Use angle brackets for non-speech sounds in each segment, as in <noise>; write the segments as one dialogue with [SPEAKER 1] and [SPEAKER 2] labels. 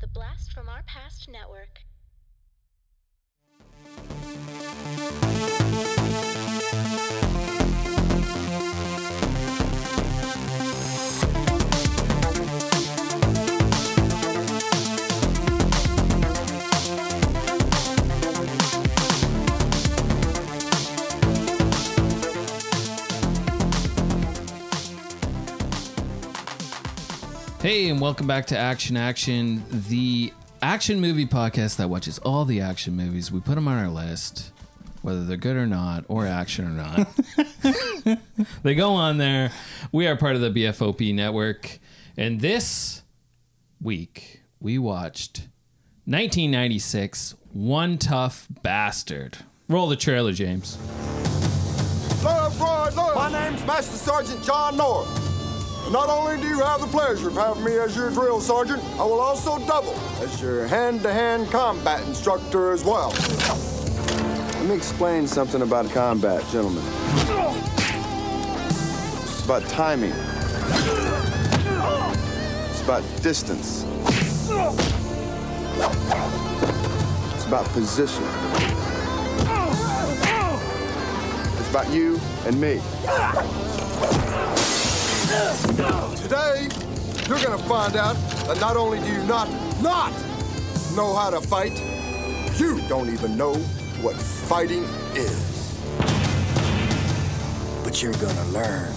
[SPEAKER 1] The Blast from Our Past Network.
[SPEAKER 2] Hey, and welcome back to Action Action, the action movie podcast that watches all the action movies. We put them on our list, whether they're good or not, or action or not. they go on there. We are part of the BFOP network. And this week, we watched 1996 One Tough Bastard. Roll the trailer, James.
[SPEAKER 3] Lord, Floyd, Lord. My name's Master Sergeant John Norris. And Not only do you have the pleasure of having me as your drill sergeant, I will also double as your hand-to-hand combat instructor as well. Let me explain something about combat, gentlemen. It's about timing. It's about distance. It's about position. It's about you and me. Today, you're gonna find out that not only do you not not know how to fight, you don't even know what fighting is. But you're gonna learn.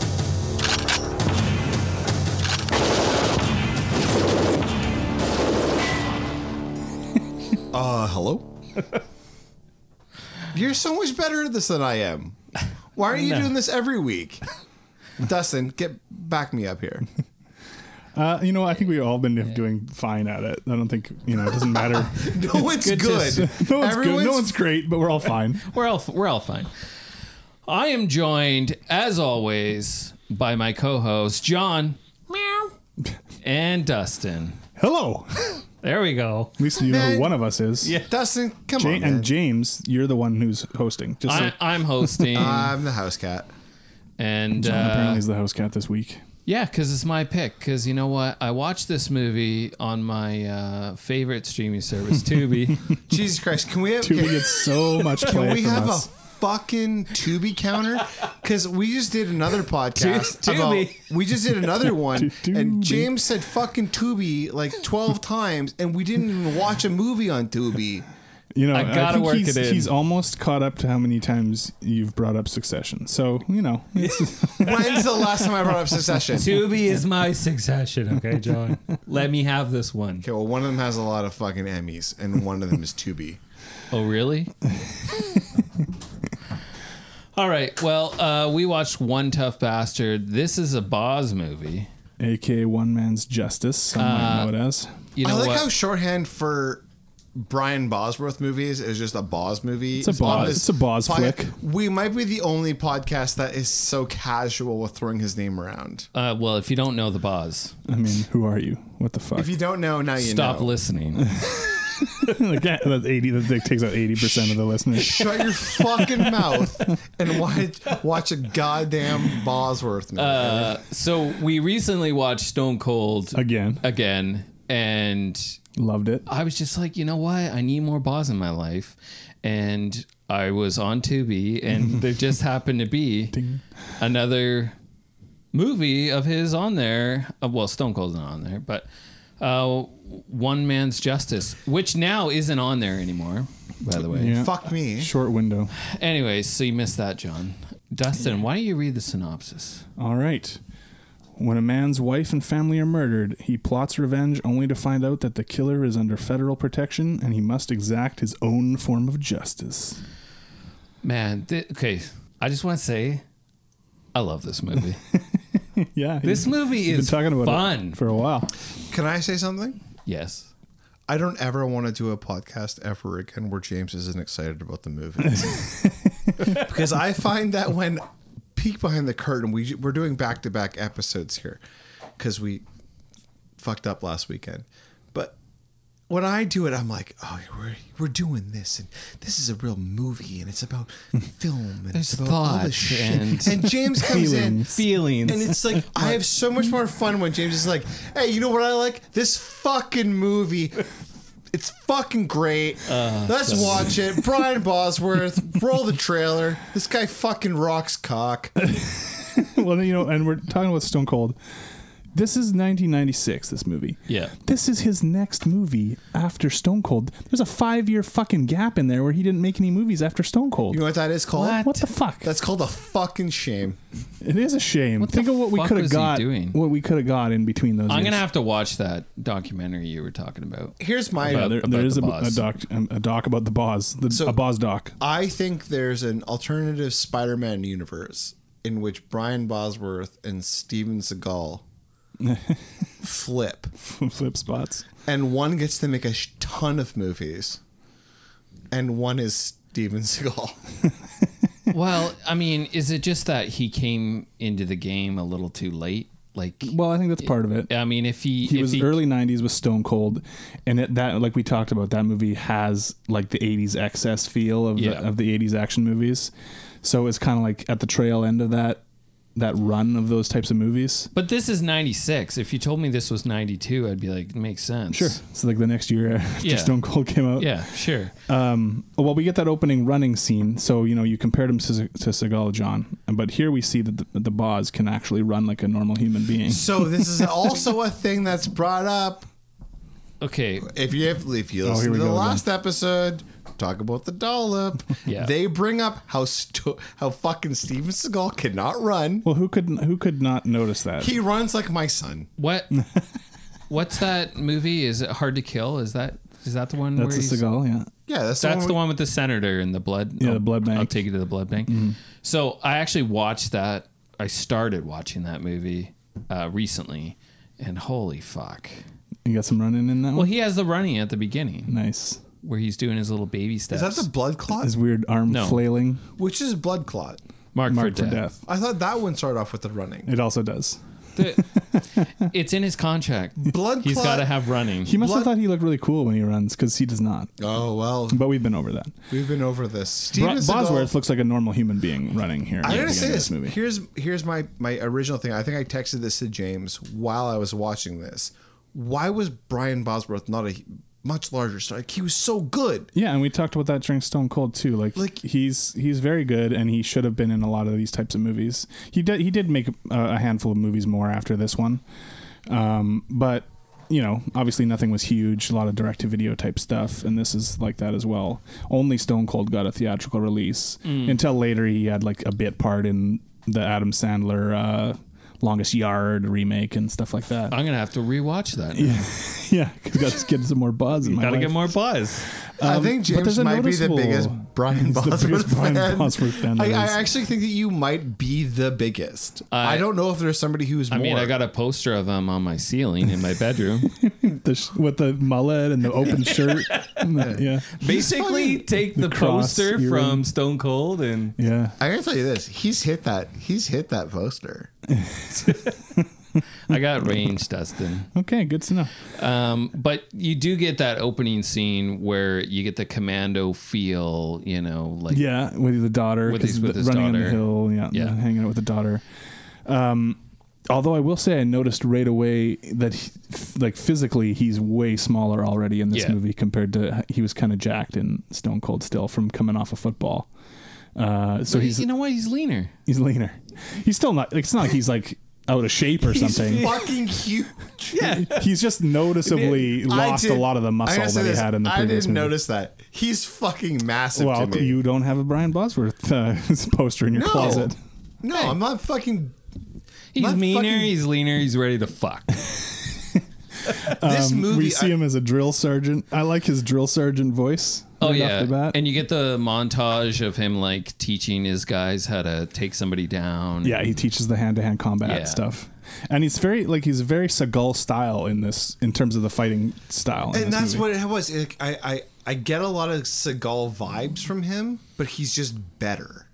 [SPEAKER 4] Uh,
[SPEAKER 5] <laughs>
[SPEAKER 4] hello? You're so much better at this than I am. Why aren't you doing this every week? Dustin, get back me up here.
[SPEAKER 5] Uh, you know, I think we've all been doing fine at it. I don't think you know. It doesn't matter.
[SPEAKER 4] <laughs> No, it's,
[SPEAKER 2] good to
[SPEAKER 4] good.
[SPEAKER 2] s-
[SPEAKER 5] <laughs> no one's
[SPEAKER 4] Everyone's
[SPEAKER 5] good. No one's great, but we're
[SPEAKER 4] <laughs>
[SPEAKER 5] all fine.
[SPEAKER 2] We're all we're all fine. I am joined, as always, by my co-host John, and Dustin.
[SPEAKER 5] Hello.
[SPEAKER 2] There we go.
[SPEAKER 5] At least you know
[SPEAKER 4] Man.
[SPEAKER 5] who one of us is. Yeah.
[SPEAKER 4] Dustin, come
[SPEAKER 5] Ja-
[SPEAKER 4] on.
[SPEAKER 5] and
[SPEAKER 4] man.
[SPEAKER 5] James, you're the one who's hosting. Just
[SPEAKER 2] I,
[SPEAKER 5] like
[SPEAKER 2] I'm <laughs> hosting,
[SPEAKER 4] I'm the house cat.
[SPEAKER 2] and
[SPEAKER 5] John
[SPEAKER 2] uh,
[SPEAKER 5] apparently is the host cat this week.
[SPEAKER 2] yeah, because it's my pick. Because you know what, I watched this movie on my uh, favorite streaming service, <laughs> Tubi.
[SPEAKER 4] Jesus Christ, can we have
[SPEAKER 5] Tubi
[SPEAKER 4] can,
[SPEAKER 5] gets
[SPEAKER 4] <laughs>
[SPEAKER 5] so much
[SPEAKER 4] can
[SPEAKER 5] play
[SPEAKER 4] we
[SPEAKER 5] from
[SPEAKER 4] have
[SPEAKER 5] us.
[SPEAKER 4] a fucking Tubi counter? Because we just did
[SPEAKER 5] <laughs>
[SPEAKER 4] another podcast
[SPEAKER 2] Tu- Tubi.
[SPEAKER 4] about we just did another one,
[SPEAKER 5] Tu-
[SPEAKER 4] and
[SPEAKER 5] Tubi.
[SPEAKER 4] James said fucking Tubi like twelve times, and we didn't even watch a movie on Tubi.
[SPEAKER 5] you know,
[SPEAKER 2] I gotta
[SPEAKER 5] think
[SPEAKER 2] work
[SPEAKER 5] he's,
[SPEAKER 2] it in.
[SPEAKER 5] he's almost caught up to how many times you've brought up Succession. So you
[SPEAKER 4] <laughs>
[SPEAKER 5] know, it's-
[SPEAKER 4] When's the last time I brought up Succession?
[SPEAKER 2] Tubi is my succession. Okay, <laughs> John, let me have this one.
[SPEAKER 4] Okay, well, one of them has a lot of fucking Emmys, and one of them is
[SPEAKER 2] <laughs>
[SPEAKER 4] Tubi.
[SPEAKER 2] Oh, really? All right. Well, uh, we watched One Tough Bastard. This is a Boz movie.
[SPEAKER 5] aka One Man's Justice. Some
[SPEAKER 4] Uh,
[SPEAKER 5] might know it as.
[SPEAKER 2] You know
[SPEAKER 4] I like
[SPEAKER 2] what?
[SPEAKER 4] how shorthand for Brian Bosworth movies is just a Boz movie.
[SPEAKER 5] It's a Boz-
[SPEAKER 4] on this
[SPEAKER 5] it's a Boz
[SPEAKER 4] podca-
[SPEAKER 5] flick.
[SPEAKER 4] We might be the only podcast that is so casual with throwing his name around.
[SPEAKER 2] uh, well, if you don't know the Boz,
[SPEAKER 5] I mean, who are you? What the fuck?
[SPEAKER 4] If you
[SPEAKER 5] <laughs>
[SPEAKER 4] don't know, now you
[SPEAKER 2] stop
[SPEAKER 4] know.
[SPEAKER 2] listening.
[SPEAKER 4] <laughs>
[SPEAKER 5] Like, that- that's eighty. That takes out eighty percent of the listeners.
[SPEAKER 4] Shut
[SPEAKER 2] <laughs>
[SPEAKER 4] your fucking mouth and watch watch a goddamn Bosworth movie.
[SPEAKER 2] Uh, so we recently watched Stone Cold
[SPEAKER 5] Again,
[SPEAKER 2] again, and
[SPEAKER 5] loved it.
[SPEAKER 2] I was just like, you know what? I need more Boz in my life, and I was on Tubi,
[SPEAKER 5] <laughs>
[SPEAKER 2] and there just happened to be another movie of his on there. Uh, well, Stone Cold's not on there, but uh, One Man's Justice, which now isn't on there anymore, by the way.
[SPEAKER 5] Yeah.
[SPEAKER 4] Fuck me.
[SPEAKER 5] Short window.
[SPEAKER 2] Anyways, so you missed that, John. Dustin, why don't you read the synopsis?
[SPEAKER 5] All right. When a man's wife and family are murdered, he plots revenge only to find out that the killer is under federal protection and he must exact his own form of justice.
[SPEAKER 2] Man, thi- okay, I just want to say, I love this movie.
[SPEAKER 5] <laughs> Yeah.
[SPEAKER 2] this movie
[SPEAKER 5] Been
[SPEAKER 2] is
[SPEAKER 5] talking about
[SPEAKER 2] fun.
[SPEAKER 5] it for a while. <laughs>
[SPEAKER 4] Can I say something?
[SPEAKER 2] Yes.
[SPEAKER 4] I don't ever want to do a podcast ever again where James isn't excited about the movie. because I find that when peek behind the curtain, we we're doing back to back episodes here because we fucked up last weekend. But when I do it, I'm like, oh, we're we're doing this, and this is a real movie, and it's about film, and
[SPEAKER 2] There's
[SPEAKER 4] it's about all
[SPEAKER 2] thoughts
[SPEAKER 4] this shit.
[SPEAKER 2] and-
[SPEAKER 4] And, James comes in,
[SPEAKER 5] Feelings. Feelings.
[SPEAKER 4] and it's like I have so much more fun when James is like, hey, you know what I like? This fucking movie. It's fucking great. Let's watch it. Brian Bosworth, roll the trailer. This guy fucking rocks cock.
[SPEAKER 5] well, you know, and we're talking about Stone Cold. This is 1996. This movie.
[SPEAKER 2] Yeah.
[SPEAKER 5] This is his next movie after Stone Cold. There's a five year fucking gap in there where he didn't make any movies after Stone Cold.
[SPEAKER 4] You know what that is called?
[SPEAKER 5] what? the fuck?
[SPEAKER 4] That's called a fucking shame.
[SPEAKER 5] it is a shame.
[SPEAKER 2] What the
[SPEAKER 5] Think of what we
[SPEAKER 2] fuck
[SPEAKER 5] could have
[SPEAKER 2] was he
[SPEAKER 5] got.
[SPEAKER 2] doing?
[SPEAKER 5] What we could have got in between those.
[SPEAKER 2] I'm
[SPEAKER 5] years.
[SPEAKER 2] gonna have to watch that documentary you were talking about.
[SPEAKER 5] <laughs>
[SPEAKER 4] Here's my
[SPEAKER 5] Yeah, there,
[SPEAKER 2] about
[SPEAKER 5] there
[SPEAKER 2] the
[SPEAKER 5] is a, a
[SPEAKER 2] boss.
[SPEAKER 5] doc um, a doc about the boss, the,
[SPEAKER 4] So-
[SPEAKER 5] a boss doc. <laughs>
[SPEAKER 4] I think there's an alternative Spider-Man universe in which Brian Bosworth and Steven Seagal flip,
[SPEAKER 5] Flip spots.
[SPEAKER 4] and one gets to make a sh- ton of movies, and one is Steven <laughs> Seagal.
[SPEAKER 2] Well, I mean, is it just that he came into the game a little too late? Like,
[SPEAKER 5] Well, I think that's part of it.
[SPEAKER 2] I mean, if he
[SPEAKER 5] he
[SPEAKER 2] if
[SPEAKER 5] was early 90s with stone cold and it, that like we talked about that movie has like the 80s excess feel of,
[SPEAKER 2] Yeah.
[SPEAKER 5] the, of the 80s action movies so it's kind of like at the trail end of that that run of those types of movies
[SPEAKER 2] But this is 96. If you told me this was 92, I'd be like, it makes sense.
[SPEAKER 5] so like the next year <laughs> after
[SPEAKER 2] Yeah.
[SPEAKER 5] stone cold came out
[SPEAKER 2] Yeah, sure.
[SPEAKER 5] well we get that opening running scene so you know you compared him to, to Seagal John but here we see that the, the boss can actually run like a normal human being
[SPEAKER 4] So this is also a thing that's brought up.
[SPEAKER 2] Okay.
[SPEAKER 4] If you if, if you
[SPEAKER 5] here
[SPEAKER 4] listen
[SPEAKER 5] we
[SPEAKER 4] to the
[SPEAKER 5] go again.
[SPEAKER 4] last episode, talk about the <laughs> dollop.
[SPEAKER 2] Yeah.
[SPEAKER 4] They bring up how sto- how fucking Steven Seagal cannot run.
[SPEAKER 5] well who could who could not notice that
[SPEAKER 4] He runs like my son.
[SPEAKER 5] <laughs>
[SPEAKER 2] What What's that movie? Is it Hard to Kill? Is that is that the one
[SPEAKER 5] that's
[SPEAKER 2] where
[SPEAKER 5] a
[SPEAKER 2] he's-
[SPEAKER 5] Seagal yeah
[SPEAKER 4] Yeah, that's the
[SPEAKER 2] That's
[SPEAKER 4] one.
[SPEAKER 2] the one with the senator and the blood.
[SPEAKER 5] Yeah,
[SPEAKER 2] I'll-
[SPEAKER 5] the blood
[SPEAKER 2] I'll
[SPEAKER 5] bank. Mm-hmm.
[SPEAKER 2] take you to the blood bank. So I actually watched that. I started watching that movie uh, recently, and holy fuck!
[SPEAKER 5] you got some running in that
[SPEAKER 2] Well,
[SPEAKER 5] one
[SPEAKER 2] he has the running at the beginning
[SPEAKER 5] nice
[SPEAKER 2] where he's doing his little baby steps.
[SPEAKER 4] Is that the blood clot?
[SPEAKER 5] his weird arm
[SPEAKER 2] No.
[SPEAKER 5] flailing
[SPEAKER 4] Which is blood clot.
[SPEAKER 2] mark,
[SPEAKER 5] mark
[SPEAKER 2] for, death?
[SPEAKER 4] I thought that one started off with the running.
[SPEAKER 5] It also does.
[SPEAKER 2] The- <laughs> it's in his contract.
[SPEAKER 5] <laughs>
[SPEAKER 4] Blood
[SPEAKER 2] He's
[SPEAKER 4] clot.
[SPEAKER 2] got to have running.
[SPEAKER 5] He must have
[SPEAKER 4] Blood-
[SPEAKER 5] thought he looked really cool when he runs because he does not.
[SPEAKER 4] Oh well,
[SPEAKER 5] But we've been over that.
[SPEAKER 4] we've been over this. Steven
[SPEAKER 5] Bro-
[SPEAKER 4] Seagal-
[SPEAKER 5] Bosworth looks like a normal human being running here.
[SPEAKER 4] I
[SPEAKER 5] at
[SPEAKER 4] gotta
[SPEAKER 5] the
[SPEAKER 4] say
[SPEAKER 5] end of
[SPEAKER 4] this. Here's here's my my original thing. I think I texted this to James while I was watching this. Why was Brian Bosworth not a much larger star? Like, he was so good.
[SPEAKER 5] yeah, and we talked about that during Stone Cold too. Like,
[SPEAKER 4] Like-
[SPEAKER 5] he's he's very good, and he should have been in a lot of these types of movies. He did he did make a, a handful of movies more after this one, um, but you know, obviously nothing was huge. A lot of direct to video type stuff, and this is like that as well. Only Stone Cold got a theatrical release. Until later, he had like a bit part in the Adam Sandler uh, Longest Yard remake and stuff like that.
[SPEAKER 2] I'm gonna have to rewatch that.
[SPEAKER 5] <laughs> yeah, got to get some more buzz. In my
[SPEAKER 2] Gotta
[SPEAKER 5] life.
[SPEAKER 2] get more buzz.
[SPEAKER 4] I think
[SPEAKER 5] Um, but there's
[SPEAKER 4] James
[SPEAKER 5] a
[SPEAKER 4] might be the
[SPEAKER 5] noticeable-
[SPEAKER 4] biggest Brian
[SPEAKER 5] <laughs> He's the
[SPEAKER 4] Bosworth
[SPEAKER 5] biggest Brian
[SPEAKER 4] fan.
[SPEAKER 5] Bosworth fan
[SPEAKER 4] I,
[SPEAKER 5] there
[SPEAKER 4] I
[SPEAKER 5] is.
[SPEAKER 4] actually think that you might be the biggest. I, don't know if there's somebody who's
[SPEAKER 2] I
[SPEAKER 4] more.
[SPEAKER 2] mean, I got a poster of him on my ceiling in my
[SPEAKER 5] <laughs>
[SPEAKER 2] bedroom.
[SPEAKER 5] the sh- with the mullet and the
[SPEAKER 2] <laughs>
[SPEAKER 5] open shirt. And the- yeah,
[SPEAKER 2] Basically, take the,
[SPEAKER 5] the cross
[SPEAKER 2] poster
[SPEAKER 5] earring.
[SPEAKER 2] from Stone Cold and
[SPEAKER 5] yeah.
[SPEAKER 4] I gotta tell you this. He's hit that. He's hit that poster.
[SPEAKER 2] I got range, Dustin.
[SPEAKER 5] Okay, good to know.
[SPEAKER 2] Um, but you do get that opening scene where you get the commando feel, you know, like
[SPEAKER 5] Yeah, with the daughter,
[SPEAKER 2] With
[SPEAKER 5] 'cause
[SPEAKER 2] his- with
[SPEAKER 5] the-
[SPEAKER 2] his
[SPEAKER 5] running on the
[SPEAKER 2] daughter.
[SPEAKER 5] hill. Yeah,
[SPEAKER 2] Yeah.
[SPEAKER 5] hanging out with the daughter. Um, although I will say, I noticed right away that, he, like physically, he's way smaller already in this
[SPEAKER 2] Yeah.
[SPEAKER 5] movie compared to he was kind of jacked in Stone Cold still from coming off of football. Uh, so
[SPEAKER 2] But
[SPEAKER 5] he's
[SPEAKER 2] you know what? He's leaner.
[SPEAKER 5] he's leaner. He's still not. Like, it's not like he's like out of shape
[SPEAKER 2] <laughs>
[SPEAKER 5] or something.
[SPEAKER 4] Fucking huge.
[SPEAKER 5] <laughs> He's just noticeably
[SPEAKER 4] I
[SPEAKER 5] lost
[SPEAKER 4] did-
[SPEAKER 5] a lot of the
[SPEAKER 4] I
[SPEAKER 5] muscle
[SPEAKER 4] gotta say
[SPEAKER 5] that he
[SPEAKER 4] this,
[SPEAKER 5] had in the
[SPEAKER 4] I
[SPEAKER 5] previous
[SPEAKER 4] didn't
[SPEAKER 5] movie.
[SPEAKER 4] notice that. He's fucking massive
[SPEAKER 5] well,
[SPEAKER 4] to me.
[SPEAKER 5] you don't have a Brian Bosworth uh, <laughs> poster in your
[SPEAKER 4] no.
[SPEAKER 5] closet.
[SPEAKER 4] No, I'm not fucking.
[SPEAKER 2] He's
[SPEAKER 4] My
[SPEAKER 2] meaner.
[SPEAKER 4] fucking-
[SPEAKER 2] He's leaner. He's ready to fuck.
[SPEAKER 4] this movie,
[SPEAKER 5] Um, we see
[SPEAKER 4] I-
[SPEAKER 5] him as a drill sergeant. I like his drill sergeant voice.
[SPEAKER 2] Oh
[SPEAKER 5] right
[SPEAKER 2] yeah,
[SPEAKER 5] off the bat.
[SPEAKER 2] and you get the montage of him like teaching his guys how to take somebody down.
[SPEAKER 5] yeah, he teaches the hand-to-hand combat
[SPEAKER 2] Yeah.
[SPEAKER 5] stuff, and he's very like he's very Seagal style in this in terms of the fighting style. in
[SPEAKER 4] and
[SPEAKER 5] this
[SPEAKER 4] that's
[SPEAKER 5] movie.
[SPEAKER 4] what it was. It- I, I I get a lot of Seagal vibes from him, but he's just better.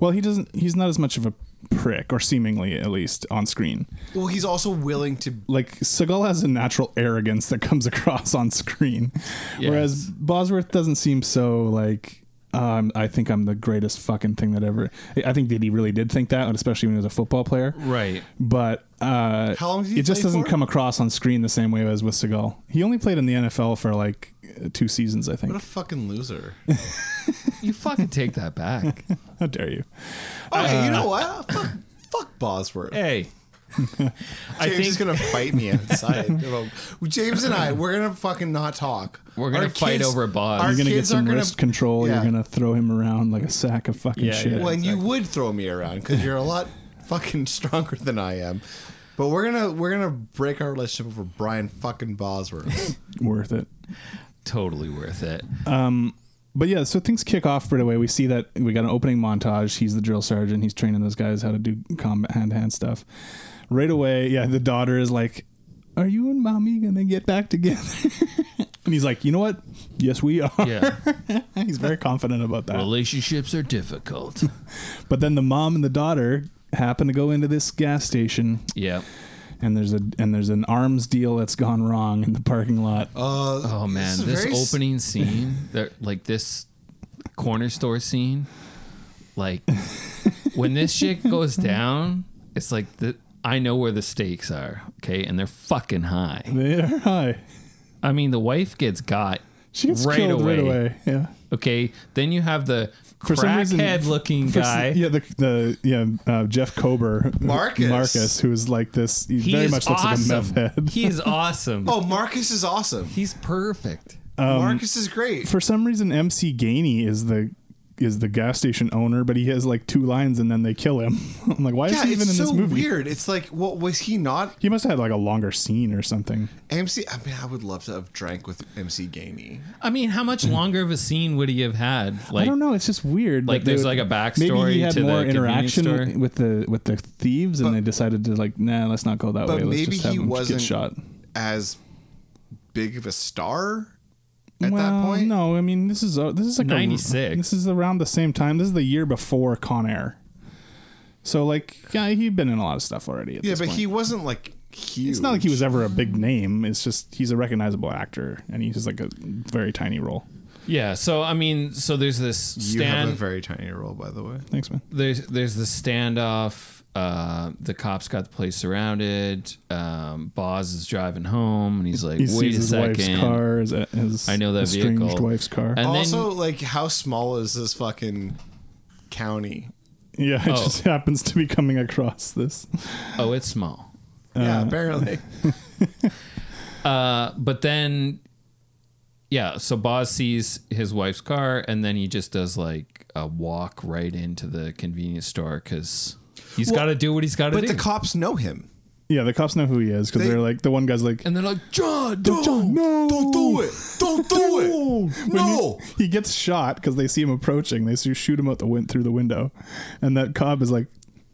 [SPEAKER 5] Well, he doesn't. He's not as much of a prick, or seemingly at least on screen.
[SPEAKER 4] Well, he's also willing to.
[SPEAKER 5] Like Seagal has a natural arrogance that comes <laughs> across on screen, whereas Bosworth doesn't seem so like. Um, I think I'm the greatest fucking thing that ever. I I think that he really did think that, and especially when he was a football player.
[SPEAKER 2] right.
[SPEAKER 5] But uh,
[SPEAKER 4] How long did he
[SPEAKER 5] it just
[SPEAKER 4] play
[SPEAKER 5] doesn't
[SPEAKER 4] for?
[SPEAKER 5] come across on screen the same way as with Seagal. He only played in the NFL for like uh, two seasons, I think.
[SPEAKER 4] What a fucking
[SPEAKER 5] <laughs>
[SPEAKER 4] loser!
[SPEAKER 2] You fucking take that back.
[SPEAKER 5] How dare you?
[SPEAKER 4] Oh, hey, you know what? Fuck, fuck Bosworth.
[SPEAKER 2] hey, I
[SPEAKER 4] James is
[SPEAKER 2] think
[SPEAKER 4] gonna fight me outside.
[SPEAKER 5] <laughs>
[SPEAKER 4] Well, James and I, we're gonna fucking not talk.
[SPEAKER 2] We're gonna fight over Boz.
[SPEAKER 4] our
[SPEAKER 5] You're gonna get
[SPEAKER 4] kids
[SPEAKER 5] some
[SPEAKER 4] aren't
[SPEAKER 5] wrist control.
[SPEAKER 4] Yeah.
[SPEAKER 5] You're gonna throw him around like a sack of fucking
[SPEAKER 2] Yeah,
[SPEAKER 5] shit.
[SPEAKER 2] yeah.
[SPEAKER 4] Well, and you would throw me around because you're a
[SPEAKER 5] <laughs>
[SPEAKER 4] lot fucking stronger than I am. But we're gonna we're gonna break our relationship over Brian fucking
[SPEAKER 5] <laughs>
[SPEAKER 4] Bosworth.
[SPEAKER 5] Worth it.
[SPEAKER 2] totally worth it.
[SPEAKER 5] But yeah, so things kick off right away. We see that we got an opening montage. He's the drill sergeant. He's training those guys how to do combat hand to hand stuff. Right away, yeah, the daughter is like, "Are you and mommy gonna get back together?" <laughs> and he's like, "You know what? Yes, we are."
[SPEAKER 2] Yeah,
[SPEAKER 5] <laughs> He's very confident about that.
[SPEAKER 2] relationships are difficult.
[SPEAKER 5] But then the mom and the daughter happen to go into this gas station,
[SPEAKER 2] yeah.
[SPEAKER 5] and there's a and there's an arms deal that's gone wrong in the parking lot.
[SPEAKER 4] Uh,
[SPEAKER 2] Oh man,
[SPEAKER 4] is
[SPEAKER 2] this,
[SPEAKER 4] very s- <laughs>
[SPEAKER 2] opening scene, that like this corner store scene, like when this
[SPEAKER 4] <laughs>
[SPEAKER 2] shit goes down, it's like the I know where the stakes are, okay, and they're fucking high.
[SPEAKER 5] They are high.
[SPEAKER 2] I mean, the wife gets got
[SPEAKER 5] She gets
[SPEAKER 2] right,
[SPEAKER 5] killed
[SPEAKER 2] away,
[SPEAKER 5] right away. Yeah.
[SPEAKER 2] Okay, then you have the
[SPEAKER 5] For some reason-
[SPEAKER 2] crackhead-looking
[SPEAKER 5] for s-
[SPEAKER 2] guy.
[SPEAKER 5] yeah, the, the yeah uh, Jeff Kober,
[SPEAKER 4] Marcus.
[SPEAKER 5] Marcus, who is like this. He,
[SPEAKER 2] He
[SPEAKER 5] very
[SPEAKER 2] is
[SPEAKER 5] much looks
[SPEAKER 2] awesome.
[SPEAKER 5] like a meth head.
[SPEAKER 2] He
[SPEAKER 5] <laughs>
[SPEAKER 2] is awesome.
[SPEAKER 4] oh, Marcus is awesome.
[SPEAKER 2] he's perfect.
[SPEAKER 4] Marcus is great.
[SPEAKER 5] Um, for some reason, MC Gainey is the is the gas station owner, but he has like two lines, and then they kill him. <laughs> I'm like, why is
[SPEAKER 4] yeah,
[SPEAKER 5] he even
[SPEAKER 4] it's
[SPEAKER 5] in
[SPEAKER 4] so
[SPEAKER 5] this movie?
[SPEAKER 4] weird. It's like, what was he not?
[SPEAKER 5] He must have had like a longer scene or something.
[SPEAKER 4] MC. I mean, I would love to have drank with MC Gainey.
[SPEAKER 5] Oh,
[SPEAKER 2] I mean, how much longer of a scene would he have had? Like,
[SPEAKER 5] I don't know. It's just weird.
[SPEAKER 2] like
[SPEAKER 5] that they
[SPEAKER 2] there's, like,
[SPEAKER 5] would-
[SPEAKER 2] a
[SPEAKER 5] Maybe
[SPEAKER 2] backstory
[SPEAKER 5] he had
[SPEAKER 2] to the
[SPEAKER 5] more
[SPEAKER 2] convenience
[SPEAKER 5] interaction
[SPEAKER 2] store.
[SPEAKER 5] with- with the with the thieves, and
[SPEAKER 4] But-
[SPEAKER 5] they decided to like, nah, let's not go that
[SPEAKER 4] But
[SPEAKER 5] way. Let's
[SPEAKER 4] maybe
[SPEAKER 5] just have
[SPEAKER 4] he
[SPEAKER 5] him
[SPEAKER 4] wasn't
[SPEAKER 5] get shot.
[SPEAKER 4] as big of a star at
[SPEAKER 5] Well,
[SPEAKER 4] that point.
[SPEAKER 5] no. I mean, this is uh, this is like a-
[SPEAKER 2] 96.
[SPEAKER 5] This is around the same time. This is the year before Con Air. So like, yeah, he'd been in a lot of stuff already. At
[SPEAKER 4] Yeah,
[SPEAKER 5] this
[SPEAKER 4] but
[SPEAKER 5] point.
[SPEAKER 4] he wasn't like huge.
[SPEAKER 5] It's not like he was ever a big name. It's just he's a recognizable actor, and he's just like a very tiny role.
[SPEAKER 2] yeah. So I mean, so there's this
[SPEAKER 4] You have a
[SPEAKER 2] stand.
[SPEAKER 4] very tiny role, by the way.
[SPEAKER 5] Thanks, man.
[SPEAKER 2] there's there's the standoff. Uh, the cops got the place surrounded. Um, Boz is driving home, and he's like,
[SPEAKER 5] He
[SPEAKER 2] "Wait
[SPEAKER 5] sees
[SPEAKER 2] a
[SPEAKER 5] his
[SPEAKER 2] second.
[SPEAKER 5] wife's car. His, his
[SPEAKER 2] I know that
[SPEAKER 5] estranged
[SPEAKER 2] vehicle."
[SPEAKER 5] wife's car.
[SPEAKER 2] And
[SPEAKER 4] also, like, how small is this fucking county?
[SPEAKER 5] <laughs> yeah, it
[SPEAKER 2] oh.
[SPEAKER 5] just happens to be coming across this.
[SPEAKER 2] then, oh, it's small.
[SPEAKER 4] yeah, apparently.
[SPEAKER 2] Uh, but then, yeah. So Boz sees his wife's car, and then he just does like a walk right into the convenience store because he's got to do what he's got to
[SPEAKER 4] But
[SPEAKER 2] do.
[SPEAKER 4] the cops know him.
[SPEAKER 5] Yeah, the cops know who he is because
[SPEAKER 4] They-
[SPEAKER 5] they, are like the one guy's like,
[SPEAKER 2] and they're like, John,
[SPEAKER 5] "Don't- John, no,
[SPEAKER 4] Don't do it! Don't do it!
[SPEAKER 5] When he-
[SPEAKER 4] No!
[SPEAKER 5] he, gets shot because they see him approaching. They see- shoot him out the win- through the window, and that cop is like,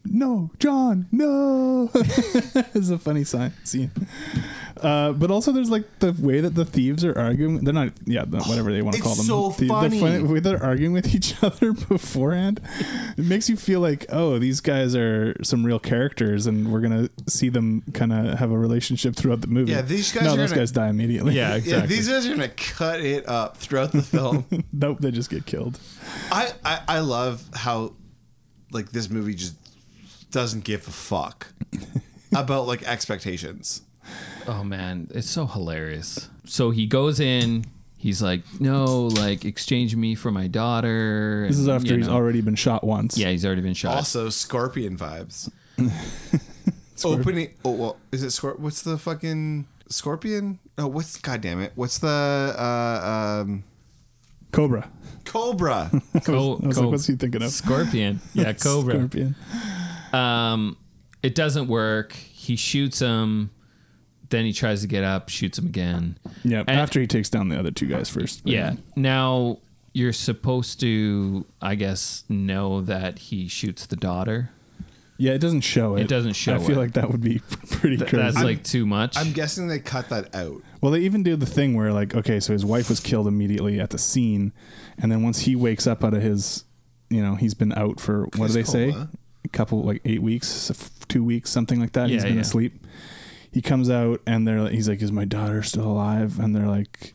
[SPEAKER 5] "No, John, no." <laughs> it's a funny sign scene. Uh, but also, there's like the way that the thieves are arguing. They're not, yeah, the- whatever they want to
[SPEAKER 4] It's
[SPEAKER 5] call them.
[SPEAKER 4] so
[SPEAKER 5] Thie-
[SPEAKER 4] funny.
[SPEAKER 5] The funny- way they're arguing with each <laughs> other beforehand, it makes you feel like, oh, these guys are some real characters, and we're gonna see them kind of have a relationship throughout the movie.
[SPEAKER 4] Yeah, these guys
[SPEAKER 5] No,
[SPEAKER 4] are
[SPEAKER 5] those
[SPEAKER 4] gonna-
[SPEAKER 5] guys die immediately.
[SPEAKER 2] Yeah,
[SPEAKER 4] Yeah, these guys are gonna cut it up throughout the film.
[SPEAKER 5] nope, they just get killed.
[SPEAKER 4] I, I I love how like this movie just doesn't give a fuck about like expectations.
[SPEAKER 2] Oh man, it's so hilarious. So he goes in. He's like, no, like exchange me for my daughter.
[SPEAKER 5] This is
[SPEAKER 2] and,
[SPEAKER 5] after
[SPEAKER 2] you
[SPEAKER 5] he's
[SPEAKER 2] know.
[SPEAKER 5] already been shot once.
[SPEAKER 2] Yeah, he's already been shot.
[SPEAKER 4] Also, Scorpion vibes. Opening. Oh, well, is it Scorp? What's the fucking Scorpion? Oh, what's God damn it? What's the uh, um,
[SPEAKER 5] Cobra.
[SPEAKER 4] Cobra?
[SPEAKER 2] Co-
[SPEAKER 5] <laughs> I was
[SPEAKER 2] co-
[SPEAKER 5] like, what's he thinking of?
[SPEAKER 2] Scorpion.
[SPEAKER 5] <laughs>
[SPEAKER 2] Yeah, Cobra.
[SPEAKER 5] Scorpion.
[SPEAKER 2] Um, it doesn't work. He shoots him. Then he tries to get up, shoots him again.
[SPEAKER 5] Yeah,
[SPEAKER 2] And-
[SPEAKER 5] after he takes down the other two guys first. But
[SPEAKER 2] Yeah. Now you're supposed to, I guess, know that he shoots the daughter.
[SPEAKER 5] yeah, it doesn't show it.
[SPEAKER 2] It doesn't show
[SPEAKER 5] I feel
[SPEAKER 2] it.
[SPEAKER 5] like that would be <laughs> pretty
[SPEAKER 2] Th-
[SPEAKER 5] crazy.
[SPEAKER 2] That's like too much.
[SPEAKER 4] I'm guessing they cut that out.
[SPEAKER 5] Well, they even do the thing where like, okay, so his wife was killed immediately at the scene, and then once he wakes up out of his, you know, he's been out for what do they say,
[SPEAKER 4] coma.
[SPEAKER 5] a couple like eight weeks, so f- two weeks, something like that. he's
[SPEAKER 2] Yeah,
[SPEAKER 5] been
[SPEAKER 2] yeah.
[SPEAKER 5] asleep. He comes out and they're like- he's like, is my daughter still alive? And they're like,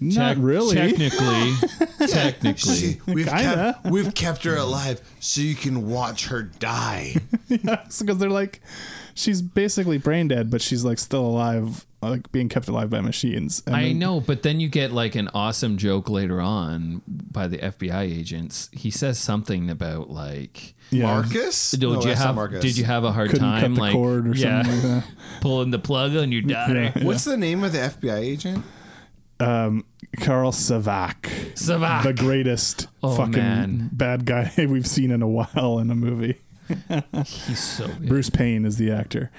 [SPEAKER 5] not
[SPEAKER 2] Tec-
[SPEAKER 5] really.
[SPEAKER 2] Technically,
[SPEAKER 5] <laughs>
[SPEAKER 2] technically,
[SPEAKER 4] See, we've
[SPEAKER 5] Kinda.
[SPEAKER 4] kept, we've kept her alive so you can watch her die.
[SPEAKER 5] <laughs> because they're like, she's basically brain dead, but she's like still alive, like being kept alive by machines. And
[SPEAKER 2] I
[SPEAKER 5] then-
[SPEAKER 2] know, but then you get like an awesome joke later on by the FBI agents. He says something about like,
[SPEAKER 5] Yeah.
[SPEAKER 4] Marcus?
[SPEAKER 2] "Did
[SPEAKER 4] No,
[SPEAKER 2] you
[SPEAKER 4] that's not
[SPEAKER 2] have
[SPEAKER 4] Marcus.
[SPEAKER 2] did you have a hard
[SPEAKER 5] Couldn't
[SPEAKER 2] time
[SPEAKER 5] cut the
[SPEAKER 2] like
[SPEAKER 5] cord or
[SPEAKER 2] yeah,
[SPEAKER 5] something like
[SPEAKER 2] <laughs> pulling the plug on your daughter?"
[SPEAKER 5] Yeah.
[SPEAKER 4] What's the name of the FBI agent?
[SPEAKER 5] <laughs> Carl Savak.
[SPEAKER 2] Savak.
[SPEAKER 5] The greatest
[SPEAKER 2] Oh,
[SPEAKER 5] fucking
[SPEAKER 2] man.
[SPEAKER 5] bad guy <laughs> we've seen in a while in a movie.
[SPEAKER 2] He's
[SPEAKER 5] <laughs>
[SPEAKER 2] so good.
[SPEAKER 5] Bruce Payne is the actor.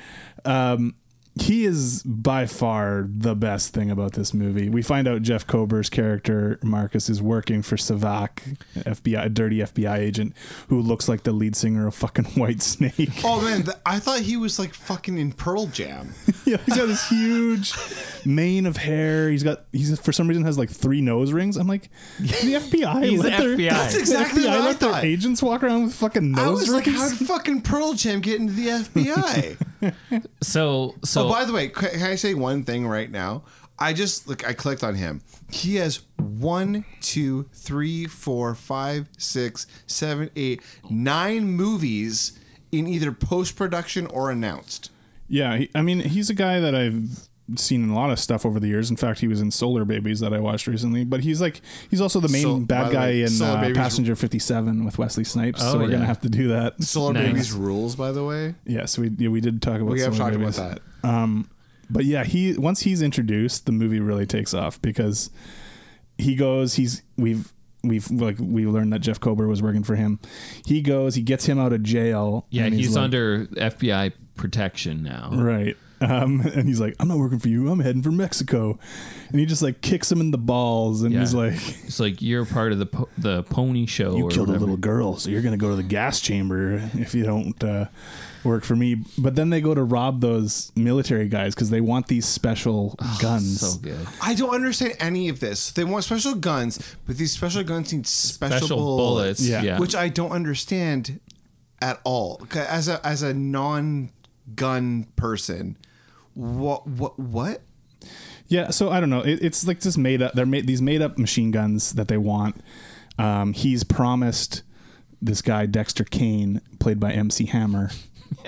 [SPEAKER 5] Um, he is by far the best thing about this movie. We find out Jeff Kober's character, Marcus, is working for Savak, FBI, a dirty FBI agent who looks like the lead singer of fucking <laughs> White Snake.
[SPEAKER 4] Oh man, th- I thought he was like fucking in Pearl Jam.
[SPEAKER 5] yeah, he's got this huge mane of hair. He's got he's for some reason has like three nose rings. I'm like,
[SPEAKER 2] <laughs>
[SPEAKER 5] the FBI.
[SPEAKER 2] He's
[SPEAKER 5] let
[SPEAKER 2] the
[SPEAKER 5] their,
[SPEAKER 2] FBI. That's
[SPEAKER 4] exactly
[SPEAKER 5] the FBI
[SPEAKER 4] what I
[SPEAKER 5] let their
[SPEAKER 4] thought.
[SPEAKER 5] agents walk around with fucking
[SPEAKER 4] I
[SPEAKER 5] nose
[SPEAKER 4] was like,
[SPEAKER 5] rings.
[SPEAKER 4] how did fucking Pearl Jam get into the FBI?
[SPEAKER 2] So so
[SPEAKER 4] oh, by the way, ca- can I say one thing right now? I just look. I clicked on him. He has one, two, three, four, five, six, seven, eight, nine movies in either post production or announced.
[SPEAKER 5] yeah, he, I mean, he's a guy that I've seen in a lot of stuff over the years. In fact, he was in Solar Babies that I watched recently. But he's like, he's also the main
[SPEAKER 4] So- by
[SPEAKER 5] bad
[SPEAKER 4] the
[SPEAKER 5] guy
[SPEAKER 4] way,
[SPEAKER 5] in
[SPEAKER 4] Solar
[SPEAKER 5] uh,
[SPEAKER 4] Babies-
[SPEAKER 5] Passenger 57 with Wesley Snipes. so
[SPEAKER 2] Oh,
[SPEAKER 5] we're
[SPEAKER 2] yeah.
[SPEAKER 5] gonna have to do that.
[SPEAKER 4] Solar
[SPEAKER 2] Nice.
[SPEAKER 4] Babies rules, by the way.
[SPEAKER 5] yeah, so we yeah, we did talk about
[SPEAKER 4] We have
[SPEAKER 5] Solar
[SPEAKER 4] talked about
[SPEAKER 5] Babies.
[SPEAKER 4] that.
[SPEAKER 5] Um, but yeah, he once he's introduced, the movie really takes off because he goes, he's we've we've like we learned that Jeff Kober was working for him. He goes, he gets him out of jail.
[SPEAKER 2] yeah,
[SPEAKER 5] and
[SPEAKER 2] he's,
[SPEAKER 5] like-
[SPEAKER 2] under FBI protection now.
[SPEAKER 5] right. Um, <laughs> and he's like, I'm not working for you. I'm heading for Mexico. And he just like kicks him in the balls, and
[SPEAKER 2] Yeah.
[SPEAKER 5] he's like, <laughs>
[SPEAKER 2] It's like you're part of the po- the pony show.
[SPEAKER 5] You
[SPEAKER 2] or
[SPEAKER 5] killed
[SPEAKER 2] whatever.
[SPEAKER 5] a little girl, so you're going to go to the gas chamber if you don't uh, work for me. But then they go to rob those military guys because they want these special guns.
[SPEAKER 2] Oh, So good.
[SPEAKER 4] I don't understand any of this. They want special guns, but these special guns need special,
[SPEAKER 2] Special bullets.
[SPEAKER 4] bullets,
[SPEAKER 5] Yeah.
[SPEAKER 2] Yeah.
[SPEAKER 4] which I don't understand at all. 'Cause As a as a non gun person, what what what?
[SPEAKER 5] Yeah, so I don't know. It, it's like this made up. They're made these made up machine guns that they want. Um, he's promised this guy Dexter Kane, played by
[SPEAKER 2] <laughs>
[SPEAKER 5] MC Hammer.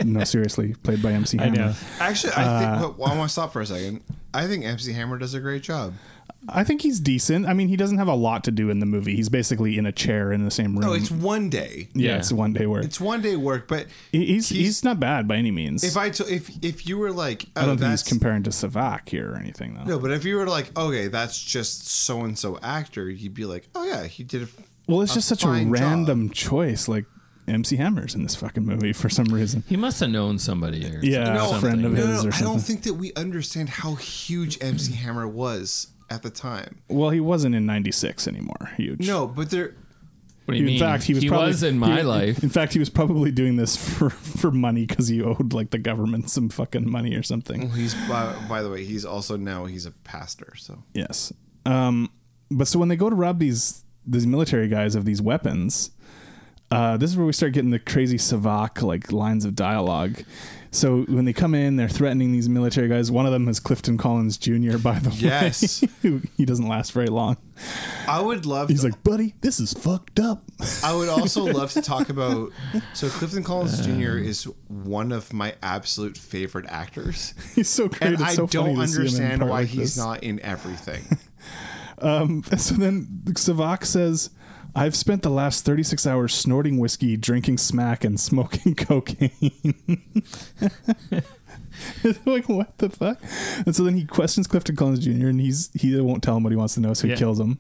[SPEAKER 5] no, seriously, played by MC Hammer. I,
[SPEAKER 2] know.
[SPEAKER 4] Actually, I
[SPEAKER 5] Uh,
[SPEAKER 4] think well, I want to stop for a second. I think MC Hammer does a great job.
[SPEAKER 5] think he's decent. I mean, he doesn't have a lot to do in the movie. He's basically in a chair in the same room.
[SPEAKER 4] No, Oh, it's one day.
[SPEAKER 5] yeah,
[SPEAKER 2] Yeah.
[SPEAKER 5] it's one day work.
[SPEAKER 4] It's one day work, but
[SPEAKER 5] He- he's, he's
[SPEAKER 4] he's-
[SPEAKER 5] not bad by any means.
[SPEAKER 4] if I to, if if you were like, oh,
[SPEAKER 5] I don't think
[SPEAKER 4] that's
[SPEAKER 5] he's comparing to Savak here or anything though.
[SPEAKER 4] no, but if you were like, okay, that's just so and so actor, you'd be like, oh yeah, he did. A,
[SPEAKER 5] well, it's just such a
[SPEAKER 4] fine job.
[SPEAKER 5] random choice. Like MC Hammer's in this fucking movie for some reason.
[SPEAKER 2] He must have known somebody. Or
[SPEAKER 5] Yeah,
[SPEAKER 4] No,
[SPEAKER 5] a friend of
[SPEAKER 4] no,
[SPEAKER 5] his
[SPEAKER 4] no,
[SPEAKER 5] or something.
[SPEAKER 4] I don't think that we understand how huge MC Hammer was at the time.
[SPEAKER 5] Well, he wasn't in '96 anymore. Huge.
[SPEAKER 4] No, but there.
[SPEAKER 2] What do you
[SPEAKER 5] in
[SPEAKER 2] mean?
[SPEAKER 5] fact, he was probably
[SPEAKER 2] in my
[SPEAKER 5] he-
[SPEAKER 2] life.
[SPEAKER 5] In fact, he was probably doing this <laughs> for for money because he owed like the government some fucking money or something.
[SPEAKER 4] He's by, by the way, he's also now he's a pastor. So
[SPEAKER 5] Yes. Um. But so when they go to rob these these military guys of these weapons, uh, this is where we start getting the crazy Savak like lines of dialogue. So when they come in, they're threatening these military guys. One of them is Clifton Collins Jr. By the
[SPEAKER 4] Yes.
[SPEAKER 5] way, <laughs> who he doesn't last very long.
[SPEAKER 4] I would love.
[SPEAKER 5] He's
[SPEAKER 4] to,
[SPEAKER 5] like, "Buddy, this is fucked up." <laughs>
[SPEAKER 4] I would also love to talk about. So Clifton
[SPEAKER 5] Uh,
[SPEAKER 4] Collins Jr. is one of my absolute favorite actors,
[SPEAKER 5] He's so great.
[SPEAKER 4] and
[SPEAKER 5] It's
[SPEAKER 4] I
[SPEAKER 5] so
[SPEAKER 4] don't
[SPEAKER 5] funny to see him in
[SPEAKER 4] understand
[SPEAKER 5] part
[SPEAKER 4] why
[SPEAKER 5] like
[SPEAKER 4] he's
[SPEAKER 5] this.
[SPEAKER 4] not in everything.
[SPEAKER 5] <laughs> So then Savak says, I've spent the last 36 hours snorting whiskey, drinking smack, and smoking <laughs> cocaine. like, what the fuck? And so then he questions Clifton Collins Jr., and he's he won't tell him what he wants to know, so he
[SPEAKER 2] Yeah.
[SPEAKER 5] kills him.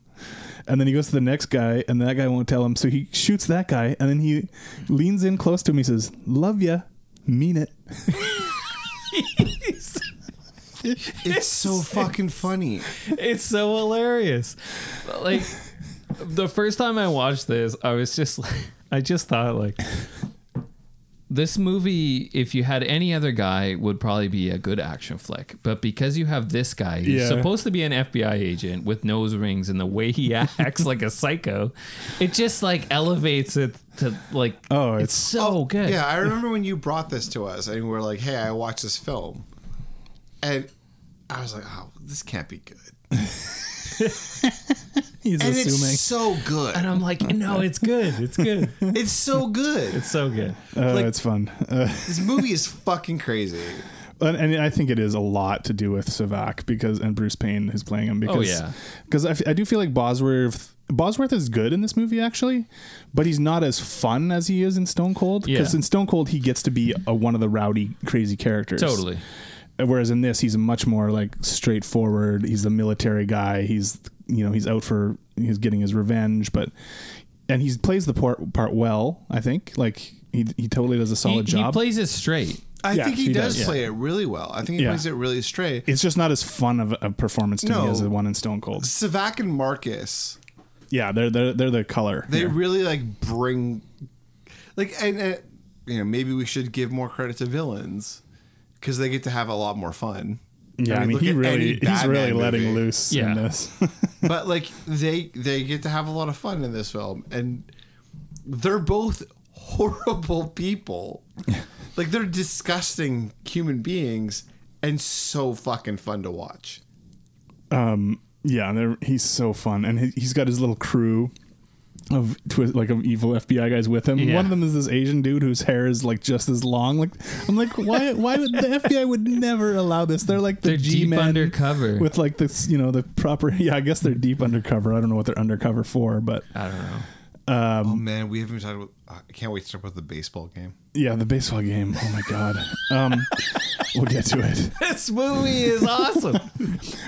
[SPEAKER 5] And then he goes to the next guy, and that guy won't tell him, so he shoots that guy, and then he leans in close to him. He says, Love ya, mean it.
[SPEAKER 4] It's so fucking funny.
[SPEAKER 2] it's so hilarious.
[SPEAKER 5] <laughs>
[SPEAKER 2] Like the first time I watched this, I was just <laughs> like, I just thought like, this movie, if you had any other guy, would probably be a good action flick. But because you have this guy, who's
[SPEAKER 5] Yeah.
[SPEAKER 2] supposed to be an FBI agent with nose rings and the way he <laughs> acts like a psycho, it just like elevates it to like,
[SPEAKER 5] Oh,
[SPEAKER 2] it's,
[SPEAKER 5] it's-
[SPEAKER 2] so good.
[SPEAKER 4] Yeah, I remember when you brought this to us and we were like, hey, I watched this film. And I was like, oh, this can't be good.
[SPEAKER 5] He's
[SPEAKER 4] And
[SPEAKER 5] assuming.
[SPEAKER 4] it's so good.
[SPEAKER 2] And I'm like, no, it's good. It's good.
[SPEAKER 4] It's
[SPEAKER 5] <laughs>
[SPEAKER 4] so good.
[SPEAKER 2] It's so good.
[SPEAKER 5] Uh,
[SPEAKER 4] like-
[SPEAKER 5] it's fun. <laughs> Uh,
[SPEAKER 4] this movie is fucking crazy.
[SPEAKER 5] and, and I think it is a lot to do with Savak because and Bruce Payne is playing him because
[SPEAKER 2] Oh, yeah.
[SPEAKER 5] because I, f- I do feel like Bosworth Bosworth is good in this movie actually, but he's not as fun as he is in Stone Cold because
[SPEAKER 2] Yeah.
[SPEAKER 5] in Stone Cold he gets to be a, one of the rowdy crazy characters
[SPEAKER 2] Totally.
[SPEAKER 5] whereas in this he's much more like straightforward he's the military guy he's you know he's out for he's getting his revenge but and he plays the part, part well i think like he, he totally does a
[SPEAKER 2] He,
[SPEAKER 5] solid
[SPEAKER 2] he
[SPEAKER 5] job
[SPEAKER 2] plays it straight.
[SPEAKER 4] I
[SPEAKER 5] Yeah,
[SPEAKER 4] think he,
[SPEAKER 5] he
[SPEAKER 4] does,
[SPEAKER 5] does.
[SPEAKER 4] play it really well. I think he
[SPEAKER 5] Yeah.
[SPEAKER 4] plays it really straight.
[SPEAKER 5] it's just not as fun of a performance to
[SPEAKER 4] No.
[SPEAKER 5] me as the one in stone cold
[SPEAKER 4] Savak and Marcus,
[SPEAKER 5] yeah they're they're, they're the color
[SPEAKER 4] they
[SPEAKER 5] here.
[SPEAKER 4] really like bring, like, and uh, you know, maybe we should give more credit to villains because they get to have a lot more fun.
[SPEAKER 5] yeah i mean,
[SPEAKER 4] look
[SPEAKER 5] he
[SPEAKER 4] at any
[SPEAKER 5] really he's
[SPEAKER 4] Batman
[SPEAKER 5] really letting
[SPEAKER 4] movie.
[SPEAKER 5] loose
[SPEAKER 2] Yeah.
[SPEAKER 5] in this <laughs>
[SPEAKER 4] but like they they get to have a lot of fun in this film and they're both horrible people like they're disgusting human beings and so fucking fun to watch
[SPEAKER 5] yeah and they're, he's so fun and he, he's got his little crew of twi- like of evil FBI guys with him.
[SPEAKER 2] Yeah.
[SPEAKER 5] One of them is this Asian dude whose hair is like just as long. Like I'm like, why? Why
[SPEAKER 4] <laughs>
[SPEAKER 5] would the FBI would never allow this? They're like the
[SPEAKER 2] They're deep
[SPEAKER 5] G-men
[SPEAKER 2] undercover.
[SPEAKER 5] with like this, you know, the proper. <laughs> Yeah, I guess they're deep undercover. I don't know what they're undercover for, but
[SPEAKER 2] I don't know.
[SPEAKER 4] oh man we haven't even talked about i can't wait to talk about the baseball game
[SPEAKER 5] yeah, the baseball game. Oh my god. Um, we'll get to it.
[SPEAKER 2] This movie is awesome.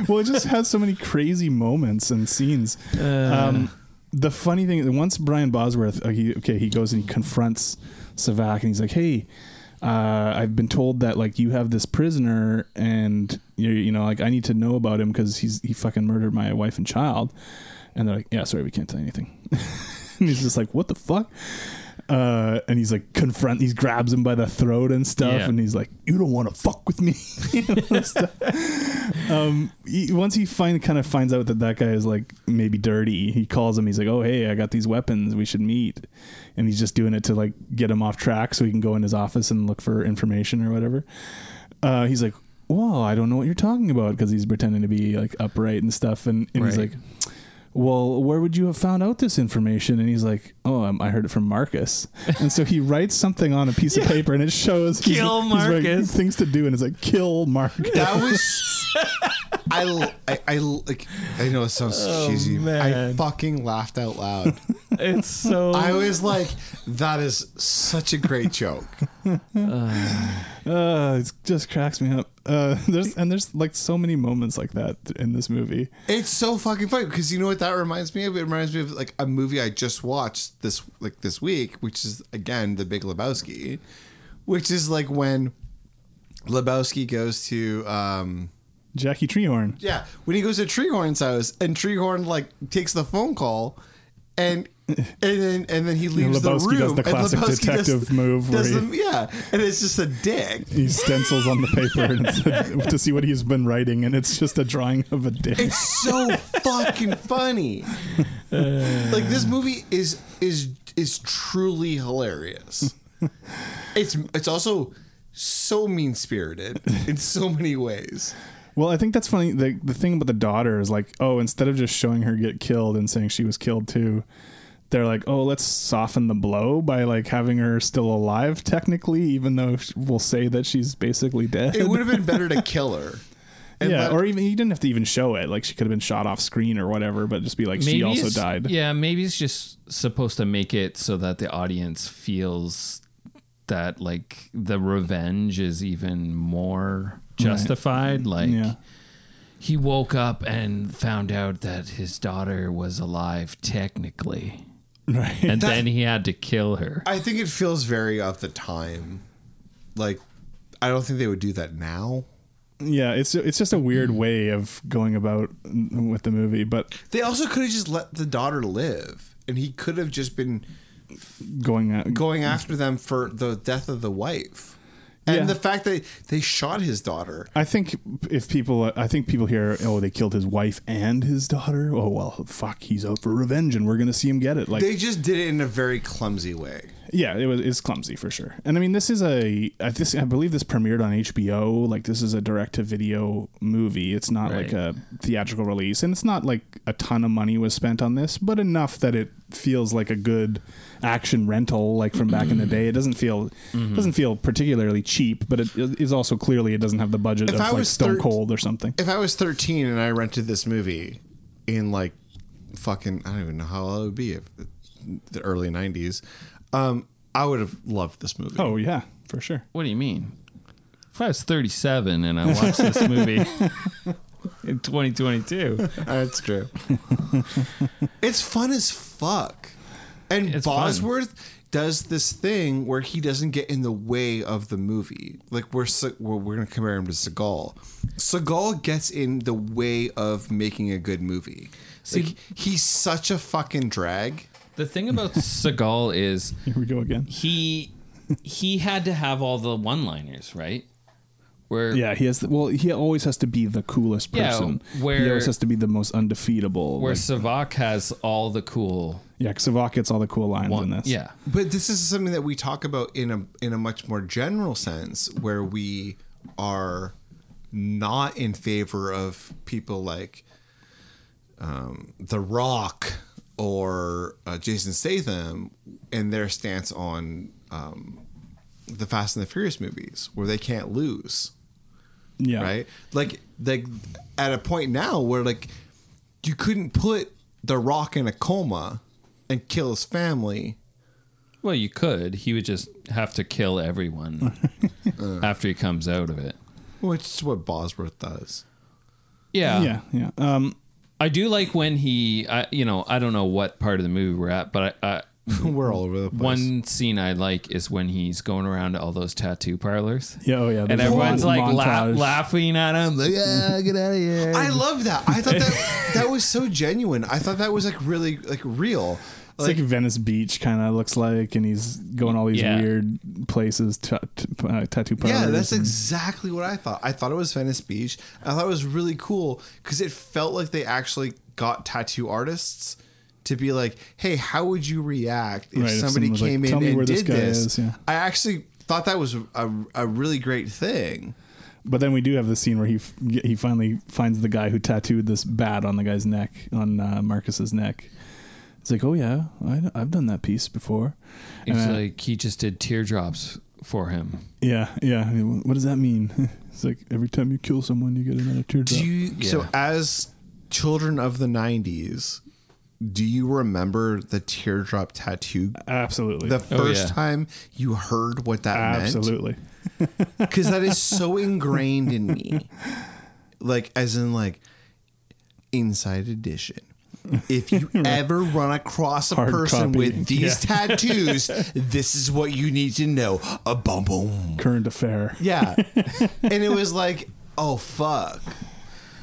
[SPEAKER 5] well, it just has so many crazy moments and scenes. um, the funny thing, once Brian Bosworth, uh, he, okay, he goes and he confronts Savak, and he's like, "Hey, uh, I've been told that like you have this prisoner, and you you know like I need to know about him because he's he fucking murdered my wife and child." And they're like, "Yeah, sorry, we can't tell you anything." <laughs> and he's just like, "What the fuck?" Uh, and he's like confront. He grabs him by the throat and stuff,
[SPEAKER 2] Yeah.
[SPEAKER 5] and he's like, "You don't want to fuck with me." You know, stuff he, once he find kind of finds out that that guy is like maybe dirty, he calls him. He's like, "Oh hey, I got these weapons. We should meet." And he's just doing it to like get him off track so he can go in his office and look for information or whatever. Uh, he's like, "Well, I don't know what you're talking about," because he's pretending to be like upright and stuff. And, and he's
[SPEAKER 2] Right.
[SPEAKER 5] like, well, where would you have found out this information? And he's like, oh, um, I heard it from Marcus. And so he writes something on a
[SPEAKER 2] <laughs>
[SPEAKER 5] piece of paper and it shows he's-
[SPEAKER 2] Kill
[SPEAKER 5] he's writing
[SPEAKER 2] Marcus.
[SPEAKER 5] things to do. And it's like, kill Marcus.
[SPEAKER 4] that was I, l- I I l- like i know it sounds cheesy i
[SPEAKER 2] man.
[SPEAKER 4] fucking laughed out loud
[SPEAKER 2] It's so.
[SPEAKER 5] <laughs>
[SPEAKER 4] i
[SPEAKER 5] Uh-huh.
[SPEAKER 4] was like that is such a great
[SPEAKER 5] <laughs>
[SPEAKER 4] joke
[SPEAKER 5] Uh, it just cracks me up. Uh, <laughs> there's and there's like so many moments like that in this movie.
[SPEAKER 4] It's so fucking funny because you know what that reminds me of? It reminds me of like a movie I just watched this like this week, which is again The Big Lebowski, which is like when Lebowski goes to um
[SPEAKER 5] Jackie Treehorn.
[SPEAKER 4] yeah when he goes to Treehorn's house and Treehorn like takes the phone call
[SPEAKER 5] <laughs>
[SPEAKER 4] and. And then, and then he leaves the
[SPEAKER 5] Lebowski
[SPEAKER 4] room.
[SPEAKER 5] does the classic
[SPEAKER 4] and Lebowski does-
[SPEAKER 5] detective move where
[SPEAKER 4] does
[SPEAKER 5] he-
[SPEAKER 4] the- yeah, and it's just a dick.
[SPEAKER 5] He stencils on the paper
[SPEAKER 4] <laughs>
[SPEAKER 5] and it's to see what he's been writing, and it's just a drawing of a dick.
[SPEAKER 4] It's so fucking funny. like this movie is is is truly hilarious. It's it's also so mean spirited in so many ways.
[SPEAKER 5] Well, I think that's funny. The the thing about the daughter is like, oh, instead of just showing her get killed and saying she was killed too, they're like, oh, let's soften the blow by like having her still alive technically, even though sh- we'll say that she's basically dead.
[SPEAKER 4] It would have been better to kill her. And
[SPEAKER 5] yeah,
[SPEAKER 4] let-
[SPEAKER 5] or even you didn't have to even show it. Like she could have been shot off screen or whatever, but just be like <laughs> she also
[SPEAKER 2] it's-
[SPEAKER 5] died.
[SPEAKER 2] Yeah, maybe it's just supposed to make it so that the audience feels that like the revenge is even more justified. Like
[SPEAKER 5] Mm. Yeah.
[SPEAKER 2] he woke up and found out that his daughter was alive technically,
[SPEAKER 5] <laughs> Right.
[SPEAKER 2] and then he had to kill her.
[SPEAKER 4] I think it feels very of the time. Like I don't think they would do that now.
[SPEAKER 5] yeah, it's it's just a weird
[SPEAKER 2] Mm-hmm.
[SPEAKER 5] way of going about n- with the movie, but
[SPEAKER 4] They also could have just let the daughter live, and he could have just been
[SPEAKER 5] going out,
[SPEAKER 4] going after them for the death of the wife, and
[SPEAKER 5] Yeah.
[SPEAKER 4] the fact that they shot his daughter.
[SPEAKER 5] I think if people, I think people hear, oh, they killed his wife and his daughter. Oh well, fuck, he's out for revenge, and we're gonna see him get it. Like,
[SPEAKER 4] They just did it in a very clumsy way.
[SPEAKER 5] yeah, it was it's clumsy for sure. And I mean, this is a, I, this, I believe this premiered on HBO. Like, this is a direct to video movie. It's not like
[SPEAKER 2] Right.
[SPEAKER 5] a theatrical release, and it's not like a ton of money was spent on this, but enough that it feels like a good action rental, like from back in the day. It doesn't feel doesn't feel particularly cheap, but it is also clearly it doesn't have the budget
[SPEAKER 4] If
[SPEAKER 5] of
[SPEAKER 4] I
[SPEAKER 5] like
[SPEAKER 4] was
[SPEAKER 5] Stone
[SPEAKER 4] thir-
[SPEAKER 5] Cold or something.
[SPEAKER 4] If I was 13 and I rented this movie in like fucking, I don't even know how old it would be, if, the early 90s, um, I would have loved this movie.
[SPEAKER 5] Oh yeah, for sure.
[SPEAKER 2] What do you mean? If I was 37 and I watched this movie
[SPEAKER 5] <laughs>
[SPEAKER 2] in 2022,
[SPEAKER 4] That's true. <laughs> it's fun as fuck. And
[SPEAKER 2] It's fun.
[SPEAKER 4] Bosworth does this thing where he doesn't get in the way of the movie. Like we're Se- we're, we're going to compare him to Seagal. Seagal gets in the way of making a good movie. like he's such a fucking drag.
[SPEAKER 2] the thing about Seagal is
[SPEAKER 5] Here we go again.
[SPEAKER 2] he he had to have all the one-liners, right? Where
[SPEAKER 5] Yeah, he has. The, well, he always has to be the coolest
[SPEAKER 2] Yeah,
[SPEAKER 5] person. he
[SPEAKER 2] where-
[SPEAKER 5] always has to be the most undefeatable.
[SPEAKER 2] where
[SPEAKER 5] like-
[SPEAKER 2] Savak has all the cool
[SPEAKER 5] yeah, Savak gets all the cool lines in
[SPEAKER 2] one.
[SPEAKER 5] this.
[SPEAKER 2] Yeah.
[SPEAKER 4] But this is something that we talk about in a in a much more general sense, where we are not in favor of people like um, The Rock or uh, Jason Statham and their stance on um, the Fast and the Furious movies, where they can't lose
[SPEAKER 5] yeah,
[SPEAKER 4] right? Like like at a point now where like you couldn't put The Rock in a coma and kill his family.
[SPEAKER 2] Well, you could. He would just have to kill
[SPEAKER 5] <laughs>
[SPEAKER 2] everyone after he comes out of it.
[SPEAKER 4] Which is what Bosworth does.
[SPEAKER 2] Yeah.
[SPEAKER 5] Yeah, yeah. Um,
[SPEAKER 2] I do like when he, I, you know, I don't know what part of the movie we're at, but I, I,
[SPEAKER 5] Mm-hmm.
[SPEAKER 4] <laughs> We're all over the place.
[SPEAKER 2] one scene I like is when he's going around to all those tattoo parlors.
[SPEAKER 5] yeah, oh yeah.
[SPEAKER 2] And
[SPEAKER 5] there's a
[SPEAKER 2] everyone's
[SPEAKER 5] lot
[SPEAKER 2] like
[SPEAKER 5] of
[SPEAKER 2] la-
[SPEAKER 5] montage.
[SPEAKER 2] laughing at him. Like, yeah, get out of here.
[SPEAKER 4] I love that. I thought that <laughs> that was so genuine. I thought that was like really like real.
[SPEAKER 5] It's like, Venice Beach kind of looks like, and he's going all these
[SPEAKER 2] Yeah.
[SPEAKER 5] weird places, t- t- uh, tattoo parlors.
[SPEAKER 4] Yeah, that's
[SPEAKER 5] and-
[SPEAKER 4] exactly what I thought. I thought it was Venice Beach. I thought it was really cool because it felt like they actually got tattoo artists to be like, "Hey, how would you react if
[SPEAKER 5] Right, if
[SPEAKER 4] somebody
[SPEAKER 5] someone was like,
[SPEAKER 4] came
[SPEAKER 5] "Tell
[SPEAKER 4] in
[SPEAKER 5] me
[SPEAKER 4] and
[SPEAKER 5] where this
[SPEAKER 4] did
[SPEAKER 5] guy
[SPEAKER 4] this?"
[SPEAKER 5] is, yeah.
[SPEAKER 4] I actually thought that was a, a really great thing.
[SPEAKER 5] But then we do have the scene where he f- he finally finds the guy who tattooed this bat on the guy's neck on uh, Marcus's neck. It's like, oh yeah, I, I've done that piece before.
[SPEAKER 2] It's
[SPEAKER 5] And, uh,
[SPEAKER 2] like he just did teardrops for him.
[SPEAKER 5] Yeah, yeah. I mean, What does that mean? <laughs> It's like every time you kill someone, you get another teardrop.
[SPEAKER 4] Do you so
[SPEAKER 2] Yeah.
[SPEAKER 4] as children of the '90s? Do you remember the teardrop tattoo?
[SPEAKER 5] Absolutely.
[SPEAKER 4] The first
[SPEAKER 2] Oh, yeah.
[SPEAKER 4] time you heard what that meant?
[SPEAKER 5] Absolutely.
[SPEAKER 4] because that
[SPEAKER 2] <laughs>
[SPEAKER 4] is so ingrained in me. Like, as in, like, Inside Edition.
[SPEAKER 2] <laughs>
[SPEAKER 4] If you ever run across a
[SPEAKER 5] Hard
[SPEAKER 4] person
[SPEAKER 5] copy.
[SPEAKER 4] with
[SPEAKER 2] <laughs>
[SPEAKER 4] these tattoos, this is what you need to know. A bum boom.
[SPEAKER 5] Current affair.
[SPEAKER 4] Yeah. and it was like, oh, fuck.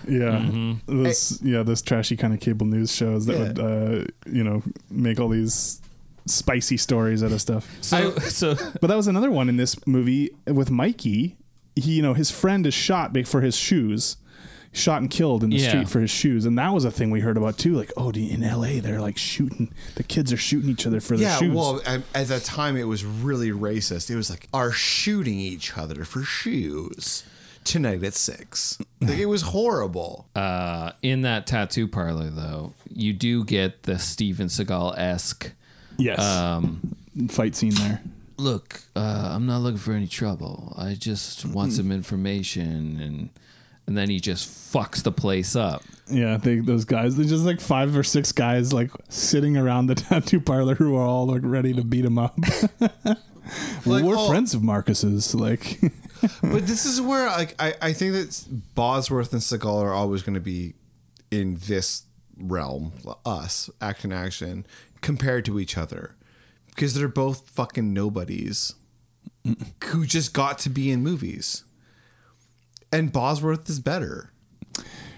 [SPEAKER 5] Yeah.
[SPEAKER 2] Mm-hmm.
[SPEAKER 5] This yeah, those trashy kind of cable news shows that
[SPEAKER 4] Yeah.
[SPEAKER 5] would uh, you know, make all these spicy stories out of stuff.
[SPEAKER 2] So, <laughs> so
[SPEAKER 5] But that was another one in this movie with Mikey. He, you know, his friend is shot be- for his shoes, shot and killed in the
[SPEAKER 2] Yeah.
[SPEAKER 5] street for his shoes, and that was a thing we heard about too. Like, oh, do you- in L.A. they're like shooting the kids are shooting each other for their
[SPEAKER 4] yeah.
[SPEAKER 5] shoes.
[SPEAKER 4] Well, at, at that time, it was really racist. It was like, are shooting each other for shoes tonight at six. Like, it was horrible.
[SPEAKER 2] uh, in that tattoo parlor, though, you do get the Steven Seagal esque.
[SPEAKER 5] yes,
[SPEAKER 2] um,
[SPEAKER 5] fight scene there.
[SPEAKER 2] Look, uh, I'm not looking for any trouble. I just want some information, and and then he just fucks the place up.
[SPEAKER 5] Yeah, they, those guys. There's just like five or six guys like sitting around the <laughs> tattoo parlor who are all like ready to beat him up.
[SPEAKER 4] Like,
[SPEAKER 5] We're
[SPEAKER 4] oh,
[SPEAKER 5] friends of Marcus's. Like, <laughs>
[SPEAKER 4] but this is where like I, I think that Bosworth and Seagal are always going to be in this realm, us action action compared to each other because they're both fucking nobodies who just got to be in movies. and Bosworth is better.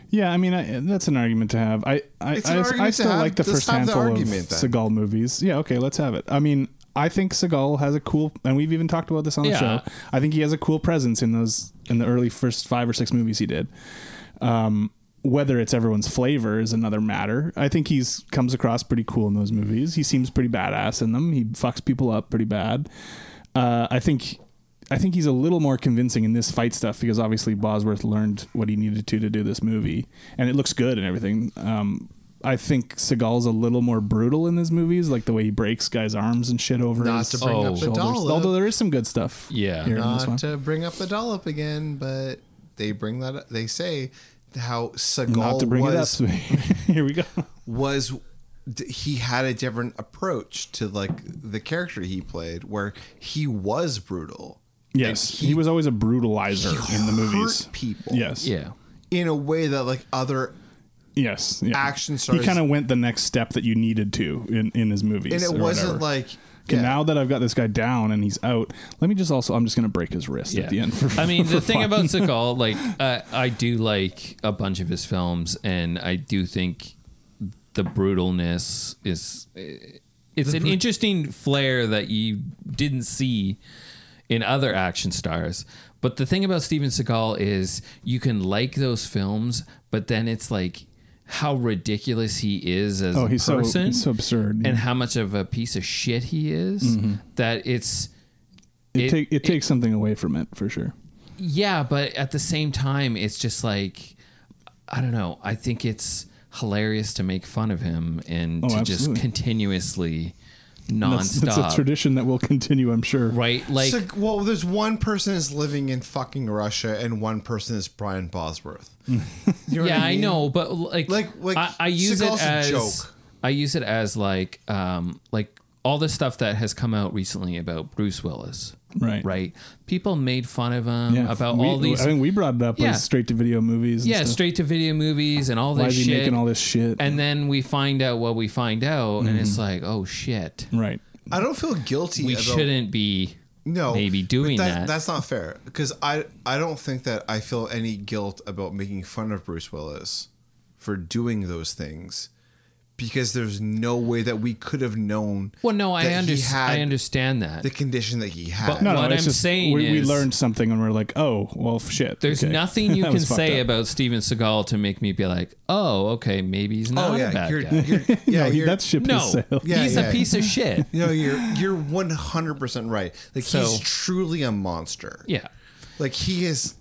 [SPEAKER 5] Yeah, I mean I, that's an argument to have. I I,
[SPEAKER 4] It's
[SPEAKER 5] I,
[SPEAKER 4] an
[SPEAKER 5] I
[SPEAKER 4] argument to
[SPEAKER 5] still
[SPEAKER 4] have.
[SPEAKER 5] like the
[SPEAKER 4] Let's
[SPEAKER 5] first
[SPEAKER 4] have the
[SPEAKER 5] handful of
[SPEAKER 4] argument then.
[SPEAKER 5] Seagal movies. Yeah, okay, let's have it. I mean, I think Seagal has a cool, and we've even talked about this on the
[SPEAKER 2] Yeah.
[SPEAKER 5] show. I think he has a cool presence in those in the early first five or six movies he did. Um, whether it's everyone's flavor is another matter. I think he's comes across pretty cool in those movies. He seems pretty badass in them. He fucks people up pretty bad. Uh, I think I think he's a little more convincing in this fight stuff because obviously Bosworth learned what he needed to to do this movie, and it looks good and everything. Um, I think Seagal's a little more brutal in his movies, like the way he breaks guys' arms and shit over
[SPEAKER 4] Not
[SPEAKER 5] his
[SPEAKER 4] to bring
[SPEAKER 2] Oh.
[SPEAKER 4] up the
[SPEAKER 5] shoulders.
[SPEAKER 4] dollop.
[SPEAKER 5] Although there is some good stuff.
[SPEAKER 2] Yeah.
[SPEAKER 5] here in this one.
[SPEAKER 4] not to bring up the dollop again, but they bring that up. They say how Seagal
[SPEAKER 5] Not to bring
[SPEAKER 4] was,
[SPEAKER 5] it up. <laughs> here we go.
[SPEAKER 4] was d- he had a different approach to like the character he played, where he was brutal.
[SPEAKER 5] Yes,
[SPEAKER 4] And
[SPEAKER 5] he, was always a brutalizer
[SPEAKER 4] he
[SPEAKER 5] in the movies.
[SPEAKER 4] hurt people.
[SPEAKER 5] Yes.
[SPEAKER 2] Yeah.
[SPEAKER 4] in a way that like other
[SPEAKER 5] Yes. Yeah.
[SPEAKER 4] Action
[SPEAKER 5] He
[SPEAKER 4] stars-
[SPEAKER 5] kind of went the next step that you needed to in in his movies.
[SPEAKER 4] and it
[SPEAKER 5] or
[SPEAKER 4] wasn't
[SPEAKER 5] whatever.
[SPEAKER 4] like
[SPEAKER 5] Okay,
[SPEAKER 4] yeah.
[SPEAKER 5] now that I've got this guy down and he's out, let me just also I'm just gonna break his wrist at the end. For,
[SPEAKER 2] <laughs> I mean,
[SPEAKER 5] for
[SPEAKER 2] the thing
[SPEAKER 5] fun.
[SPEAKER 2] about Seagal, like uh, I do like a bunch of his films, and I do think the brutalness is eh, it's an interesting flair that you didn't see in other action stars. But the thing about Steven Seagal is you can like those films, but then it's like how ridiculous he is as
[SPEAKER 5] <laughs> Oh,
[SPEAKER 2] a
[SPEAKER 5] he's so-
[SPEAKER 2] person,
[SPEAKER 5] he's so absurd, yeah.
[SPEAKER 2] and how much of a piece of shit he is. That it's
[SPEAKER 5] Mm-hmm. it,
[SPEAKER 2] it-
[SPEAKER 5] take, it, takes something away from it for sure.
[SPEAKER 2] yeah, but at the same time, it's just like I don't know. I think it's hilarious to make fun of him and
[SPEAKER 5] Oh,
[SPEAKER 2] to
[SPEAKER 5] absolutely.
[SPEAKER 2] just continuously
[SPEAKER 5] That's,
[SPEAKER 2] nonstop,
[SPEAKER 5] that's a tradition that will continue, I'm sure.
[SPEAKER 2] right? Like,
[SPEAKER 4] Seg- well, there's one person is living in fucking Russia, and one person is Brian Bosworth. You know what
[SPEAKER 2] yeah, I,
[SPEAKER 4] mean?
[SPEAKER 2] know, but like,
[SPEAKER 4] Like- like,
[SPEAKER 2] I, I use
[SPEAKER 4] Seagal's
[SPEAKER 2] it
[SPEAKER 4] a
[SPEAKER 2] as
[SPEAKER 4] joke.
[SPEAKER 2] I use it as like, um, like all the stuff that has come out recently about Bruce Willis,
[SPEAKER 5] Right.
[SPEAKER 2] right? People made fun of him
[SPEAKER 5] Yeah.
[SPEAKER 2] about
[SPEAKER 5] We-
[SPEAKER 2] all these,
[SPEAKER 5] I think we brought it up
[SPEAKER 2] Yeah.
[SPEAKER 5] as straight to video movies. And
[SPEAKER 2] yeah,
[SPEAKER 5] stuff.
[SPEAKER 2] straight to video movies and all this
[SPEAKER 5] Why is he
[SPEAKER 2] shit.
[SPEAKER 5] making all this shit?
[SPEAKER 2] and then we find out what we find out, and it's
[SPEAKER 4] Mm-hmm.
[SPEAKER 2] like, oh shit,
[SPEAKER 5] right.
[SPEAKER 4] I don't feel guilty.
[SPEAKER 2] we
[SPEAKER 4] about-
[SPEAKER 2] shouldn't be
[SPEAKER 4] No,
[SPEAKER 2] maybe
[SPEAKER 4] but
[SPEAKER 2] doing that.
[SPEAKER 4] That's not fair because I I don't think that I feel any guilt about making fun of Bruce Willis for doing those things because there's no way that we could have known.
[SPEAKER 2] Well, no, I
[SPEAKER 4] that he
[SPEAKER 2] understand.
[SPEAKER 4] had
[SPEAKER 2] I understand that.
[SPEAKER 4] the condition that he had.
[SPEAKER 2] But
[SPEAKER 5] No,
[SPEAKER 2] What
[SPEAKER 5] no,
[SPEAKER 2] I'm
[SPEAKER 5] it's just,
[SPEAKER 2] saying
[SPEAKER 5] we, we
[SPEAKER 2] is-
[SPEAKER 5] learned something and we're like, oh, well, f- shit.
[SPEAKER 2] There's
[SPEAKER 5] okay.
[SPEAKER 2] nothing
[SPEAKER 4] <laughs>
[SPEAKER 2] you
[SPEAKER 5] That
[SPEAKER 2] can
[SPEAKER 5] was fucked
[SPEAKER 2] say
[SPEAKER 5] up.
[SPEAKER 2] about Steven Seagal to make me be like, oh, okay, maybe he's not
[SPEAKER 4] oh
[SPEAKER 2] a
[SPEAKER 4] yeah,
[SPEAKER 2] bad
[SPEAKER 4] you're, <laughs>
[SPEAKER 2] guy. <laughs>
[SPEAKER 4] you're, yeah,
[SPEAKER 5] No, he-
[SPEAKER 4] you're,
[SPEAKER 5] that ship
[SPEAKER 2] no,
[SPEAKER 5] has sailed.
[SPEAKER 4] Yeah,
[SPEAKER 2] he's
[SPEAKER 4] yeah.
[SPEAKER 2] a piece of
[SPEAKER 4] <laughs>
[SPEAKER 2] shit.
[SPEAKER 4] No, you're you're one hundred percent right. Like
[SPEAKER 2] So-
[SPEAKER 4] he's truly a monster.
[SPEAKER 2] yeah.
[SPEAKER 4] like he is.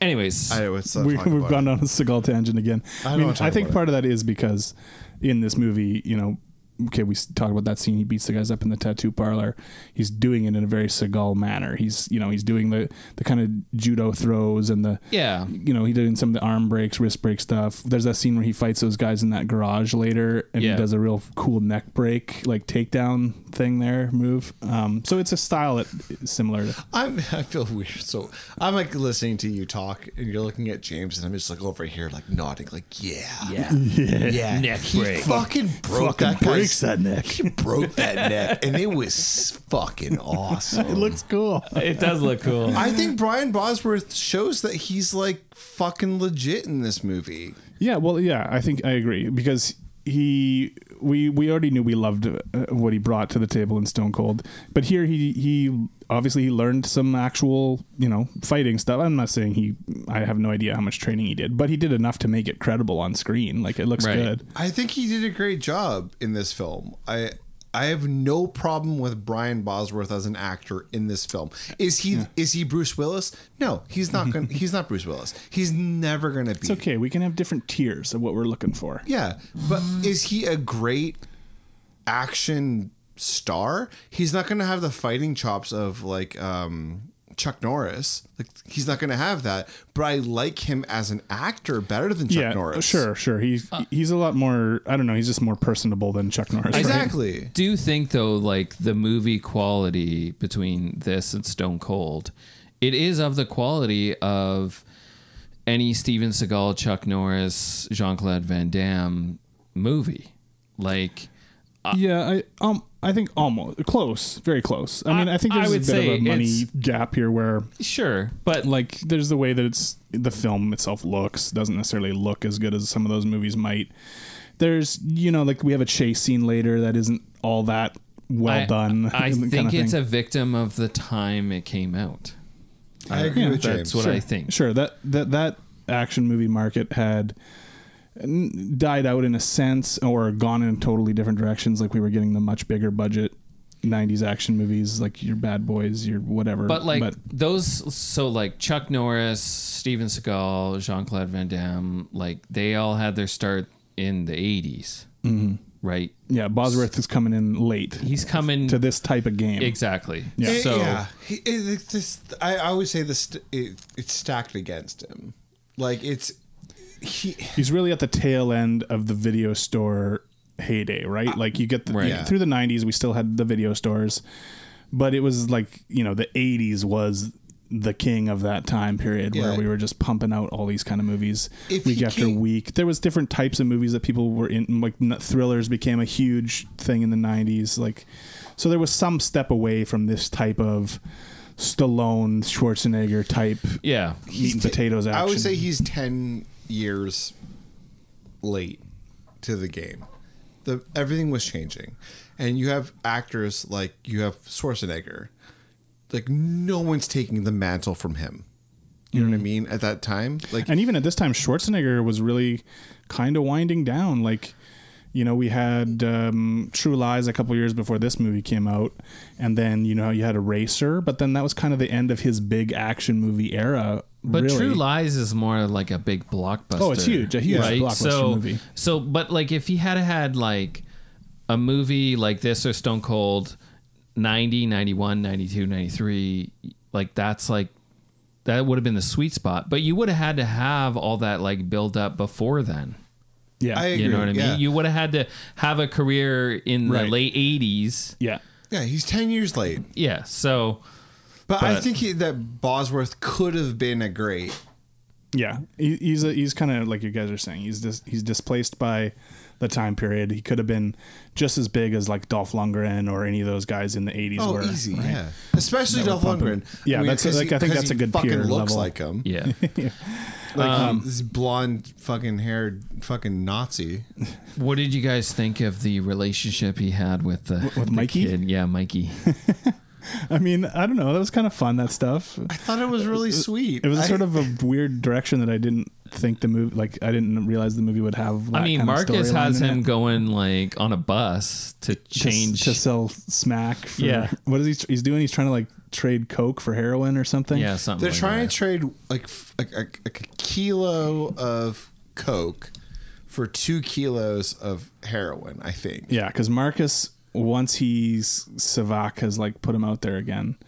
[SPEAKER 2] Anyways,
[SPEAKER 4] I know it's not
[SPEAKER 5] we,
[SPEAKER 4] talking
[SPEAKER 5] we've
[SPEAKER 4] about
[SPEAKER 5] gone
[SPEAKER 4] it.
[SPEAKER 5] on a Seagal tangent again.
[SPEAKER 4] I
[SPEAKER 5] I,
[SPEAKER 4] don't
[SPEAKER 5] mean,
[SPEAKER 4] wanna talk
[SPEAKER 5] I think
[SPEAKER 4] about
[SPEAKER 5] part of that is because in this movie, you know, okay, we s- talk about that scene. He beats the guys up in the tattoo parlor. He's doing it in a very Seagal manner. He's, you know, he's doing the, the kind of judo throws and the,
[SPEAKER 2] Yeah.
[SPEAKER 5] you know, he did in some of the arm breaks, wrist break stuff. There's that scene where he fights those guys in that garage later and
[SPEAKER 2] Yeah.
[SPEAKER 5] he does a real cool neck break, like takedown thing there move. Um, so it's a style that is similar to,
[SPEAKER 4] I'm, I feel weird. So I'm like listening to you talk, and you're looking at James, and I'm just like over here, like nodding, like yeah,
[SPEAKER 2] yeah.
[SPEAKER 4] <laughs>
[SPEAKER 5] <laughs>
[SPEAKER 4] yeah.
[SPEAKER 2] Neck
[SPEAKER 4] he
[SPEAKER 2] break.
[SPEAKER 4] fucking broke
[SPEAKER 5] Fucking
[SPEAKER 4] that guy's- <laughs>
[SPEAKER 5] breaks that neck.
[SPEAKER 4] He broke that neck, and it was fucking awesome.
[SPEAKER 5] it looks cool.
[SPEAKER 2] it does look cool.
[SPEAKER 4] I think Brian Bosworth shows that he's like fucking legit in this movie.
[SPEAKER 5] Yeah, well, yeah, I think I agree because he we we already knew we loved uh, what he brought to the table in Stone Cold, but here he he obviously he learned some actual you know fighting stuff. I'm not saying he I have no idea how much training he did, but he did enough to make it credible on screen. Like it looks
[SPEAKER 2] Right.
[SPEAKER 5] good.
[SPEAKER 4] I think he did a great job in this film. I I have no problem with Brian Bosworth as an actor in this film. Is he is he Bruce Willis? No, he's not
[SPEAKER 5] <laughs>
[SPEAKER 4] going to he's not Bruce Willis. He's never going to be.
[SPEAKER 5] It's okay. We can have different tiers of what we're looking for.
[SPEAKER 4] Yeah, but is he a great action star? He's not going to have the fighting chops of like um Chuck Norris. Like he's not going to have that, but I like him as an actor better than Chuck
[SPEAKER 5] yeah,
[SPEAKER 4] Norris.
[SPEAKER 5] sure, sure. He's he's a lot more. I don't know. He's just more personable than Chuck Norris. right?
[SPEAKER 4] Exactly.
[SPEAKER 2] do you think though like the movie quality between this and Stone Cold it is of the quality of any Steven Seagal, Chuck Norris, Jean-Claude Van Damme movie. Like
[SPEAKER 5] yeah, I um, I think almost close, very close. I mean,
[SPEAKER 2] I-
[SPEAKER 5] I think
[SPEAKER 2] I
[SPEAKER 5] there's
[SPEAKER 2] would
[SPEAKER 5] a bit
[SPEAKER 2] say
[SPEAKER 5] of a money
[SPEAKER 2] it's-
[SPEAKER 5] gap here where
[SPEAKER 2] Sure, but
[SPEAKER 5] like there's the way that it's the film itself looks doesn't necessarily look as good as some of those movies might. There's you know like we have a chase scene later that isn't all that well
[SPEAKER 2] I-
[SPEAKER 5] done.
[SPEAKER 2] I,
[SPEAKER 5] <laughs> kinda
[SPEAKER 2] think it's
[SPEAKER 5] thing.
[SPEAKER 2] a victim of the time it came out.
[SPEAKER 4] I agree
[SPEAKER 5] yeah,
[SPEAKER 4] with
[SPEAKER 2] that's
[SPEAKER 4] James.
[SPEAKER 2] what I think.
[SPEAKER 5] Sure, that that that action movie market had n- died out in a sense or gone in totally different directions like we were getting the much bigger budget 90s action movies like your bad boys your whatever
[SPEAKER 2] But like those, so like Chuck Norris, Steven Seagal, Jean Claude Van Damme, like they all had their start in the 80s,
[SPEAKER 5] Mm-hmm.
[SPEAKER 2] right?
[SPEAKER 5] yeah bosworth is coming in late
[SPEAKER 2] He's coming
[SPEAKER 5] to this type of game
[SPEAKER 2] exactly.
[SPEAKER 5] Yeah.
[SPEAKER 2] So
[SPEAKER 4] yeah, He- it- it's just- I, I always say this. It, it's stacked against him. Like it's he.
[SPEAKER 5] he's really at the tail end of the video store heyday, right? Like you get the,
[SPEAKER 2] Right.
[SPEAKER 5] you-
[SPEAKER 2] Yeah.
[SPEAKER 5] through the '90s, we still had the video stores, but it was like you know the '80s was the king of that time period
[SPEAKER 4] Yeah.
[SPEAKER 5] where we were just pumping out all these kind of movies
[SPEAKER 4] If
[SPEAKER 5] week
[SPEAKER 4] he
[SPEAKER 5] after
[SPEAKER 4] came-
[SPEAKER 5] week. There was different types of movies that people were in. Like n- thrillers became a huge thing in the '90s. Like so, there was some step away from this type of. Stallone, Schwarzenegger type
[SPEAKER 2] yeah.
[SPEAKER 5] meat and potatoes action.
[SPEAKER 4] I would say he's ten years late to the game. The everything was changing, and you have actors like you have Schwarzenegger. Like no one's taking the mantle from him. You know what I mean? At that time, like
[SPEAKER 5] Mm. and even at this time, Schwarzenegger was really kind of winding down. Like, you know, we had um, True Lies a couple years before this movie came out, and then you know you had Eraser, but then that was kind of the end of his big action movie era.
[SPEAKER 2] But
[SPEAKER 5] really.
[SPEAKER 2] True Lies is more like a big blockbuster.
[SPEAKER 5] Oh, it's huge, a huge blockbuster
[SPEAKER 2] so,
[SPEAKER 5] movie.
[SPEAKER 2] So, but like if he had had like a movie like this or Stone Cold 90, 91, 92, 93, like that's like that would have been the sweet spot. But you would have had to have all that like build up before then.
[SPEAKER 5] yeah,
[SPEAKER 4] I
[SPEAKER 2] You know what I mean?
[SPEAKER 4] Yeah.
[SPEAKER 2] You would have had to have a career in the
[SPEAKER 5] Right.
[SPEAKER 2] late 80s.
[SPEAKER 5] yeah,
[SPEAKER 4] yeah, he's ten years late.
[SPEAKER 2] Yeah. So,
[SPEAKER 4] But, I
[SPEAKER 2] But-
[SPEAKER 4] think he, that Bosworth could have been a great.
[SPEAKER 5] yeah. He, he's a, he's kind of like you guys are saying. He's dis, he's displaced by the time period. He could have been just as big as like Dolph Lundgren or any of those guys in the '80s.
[SPEAKER 4] Oh,
[SPEAKER 5] were,
[SPEAKER 4] easy,
[SPEAKER 5] right?
[SPEAKER 4] yeah. Especially Dolph Lundgren.
[SPEAKER 5] Yeah, that's-
[SPEAKER 4] 'cause
[SPEAKER 5] like, I think
[SPEAKER 4] 'cause
[SPEAKER 5] that's a
[SPEAKER 4] he
[SPEAKER 5] good
[SPEAKER 4] fucking
[SPEAKER 5] peer
[SPEAKER 4] looks
[SPEAKER 5] level.
[SPEAKER 4] like him.
[SPEAKER 5] <laughs>
[SPEAKER 2] yeah.
[SPEAKER 4] Like he- this blonde, fucking haired, fucking Nazi.
[SPEAKER 2] What did you guys think of the relationship he had with the
[SPEAKER 5] with
[SPEAKER 2] the
[SPEAKER 5] Mikey?
[SPEAKER 2] kid? Yeah, Mikey.
[SPEAKER 5] <laughs> <laughs> I mean, I don't know. That was kind of fun. That stuff.
[SPEAKER 4] I thought it was really sweet.
[SPEAKER 5] It was
[SPEAKER 4] I-
[SPEAKER 5] sort of a weird direction that I didn't think the movie, like I didn't realize the movie would have. That
[SPEAKER 2] I mean,
[SPEAKER 5] kind of
[SPEAKER 2] Marcus
[SPEAKER 5] storyline
[SPEAKER 2] has
[SPEAKER 5] in
[SPEAKER 2] him
[SPEAKER 5] it.
[SPEAKER 2] going like on a bus to
[SPEAKER 5] To s-
[SPEAKER 2] change.
[SPEAKER 5] to, sell smack. For,
[SPEAKER 2] Yeah.
[SPEAKER 5] what is he? tr- He's doing. He's trying to like trade coke for heroin or something.
[SPEAKER 2] yeah, something.
[SPEAKER 4] They're
[SPEAKER 2] like
[SPEAKER 4] trying
[SPEAKER 2] that.
[SPEAKER 4] to trade like f- a, a, a kilo of coke for two kilos of heroin. I think.
[SPEAKER 5] Yeah, because Marcus, once he's Savak has like put him out there again,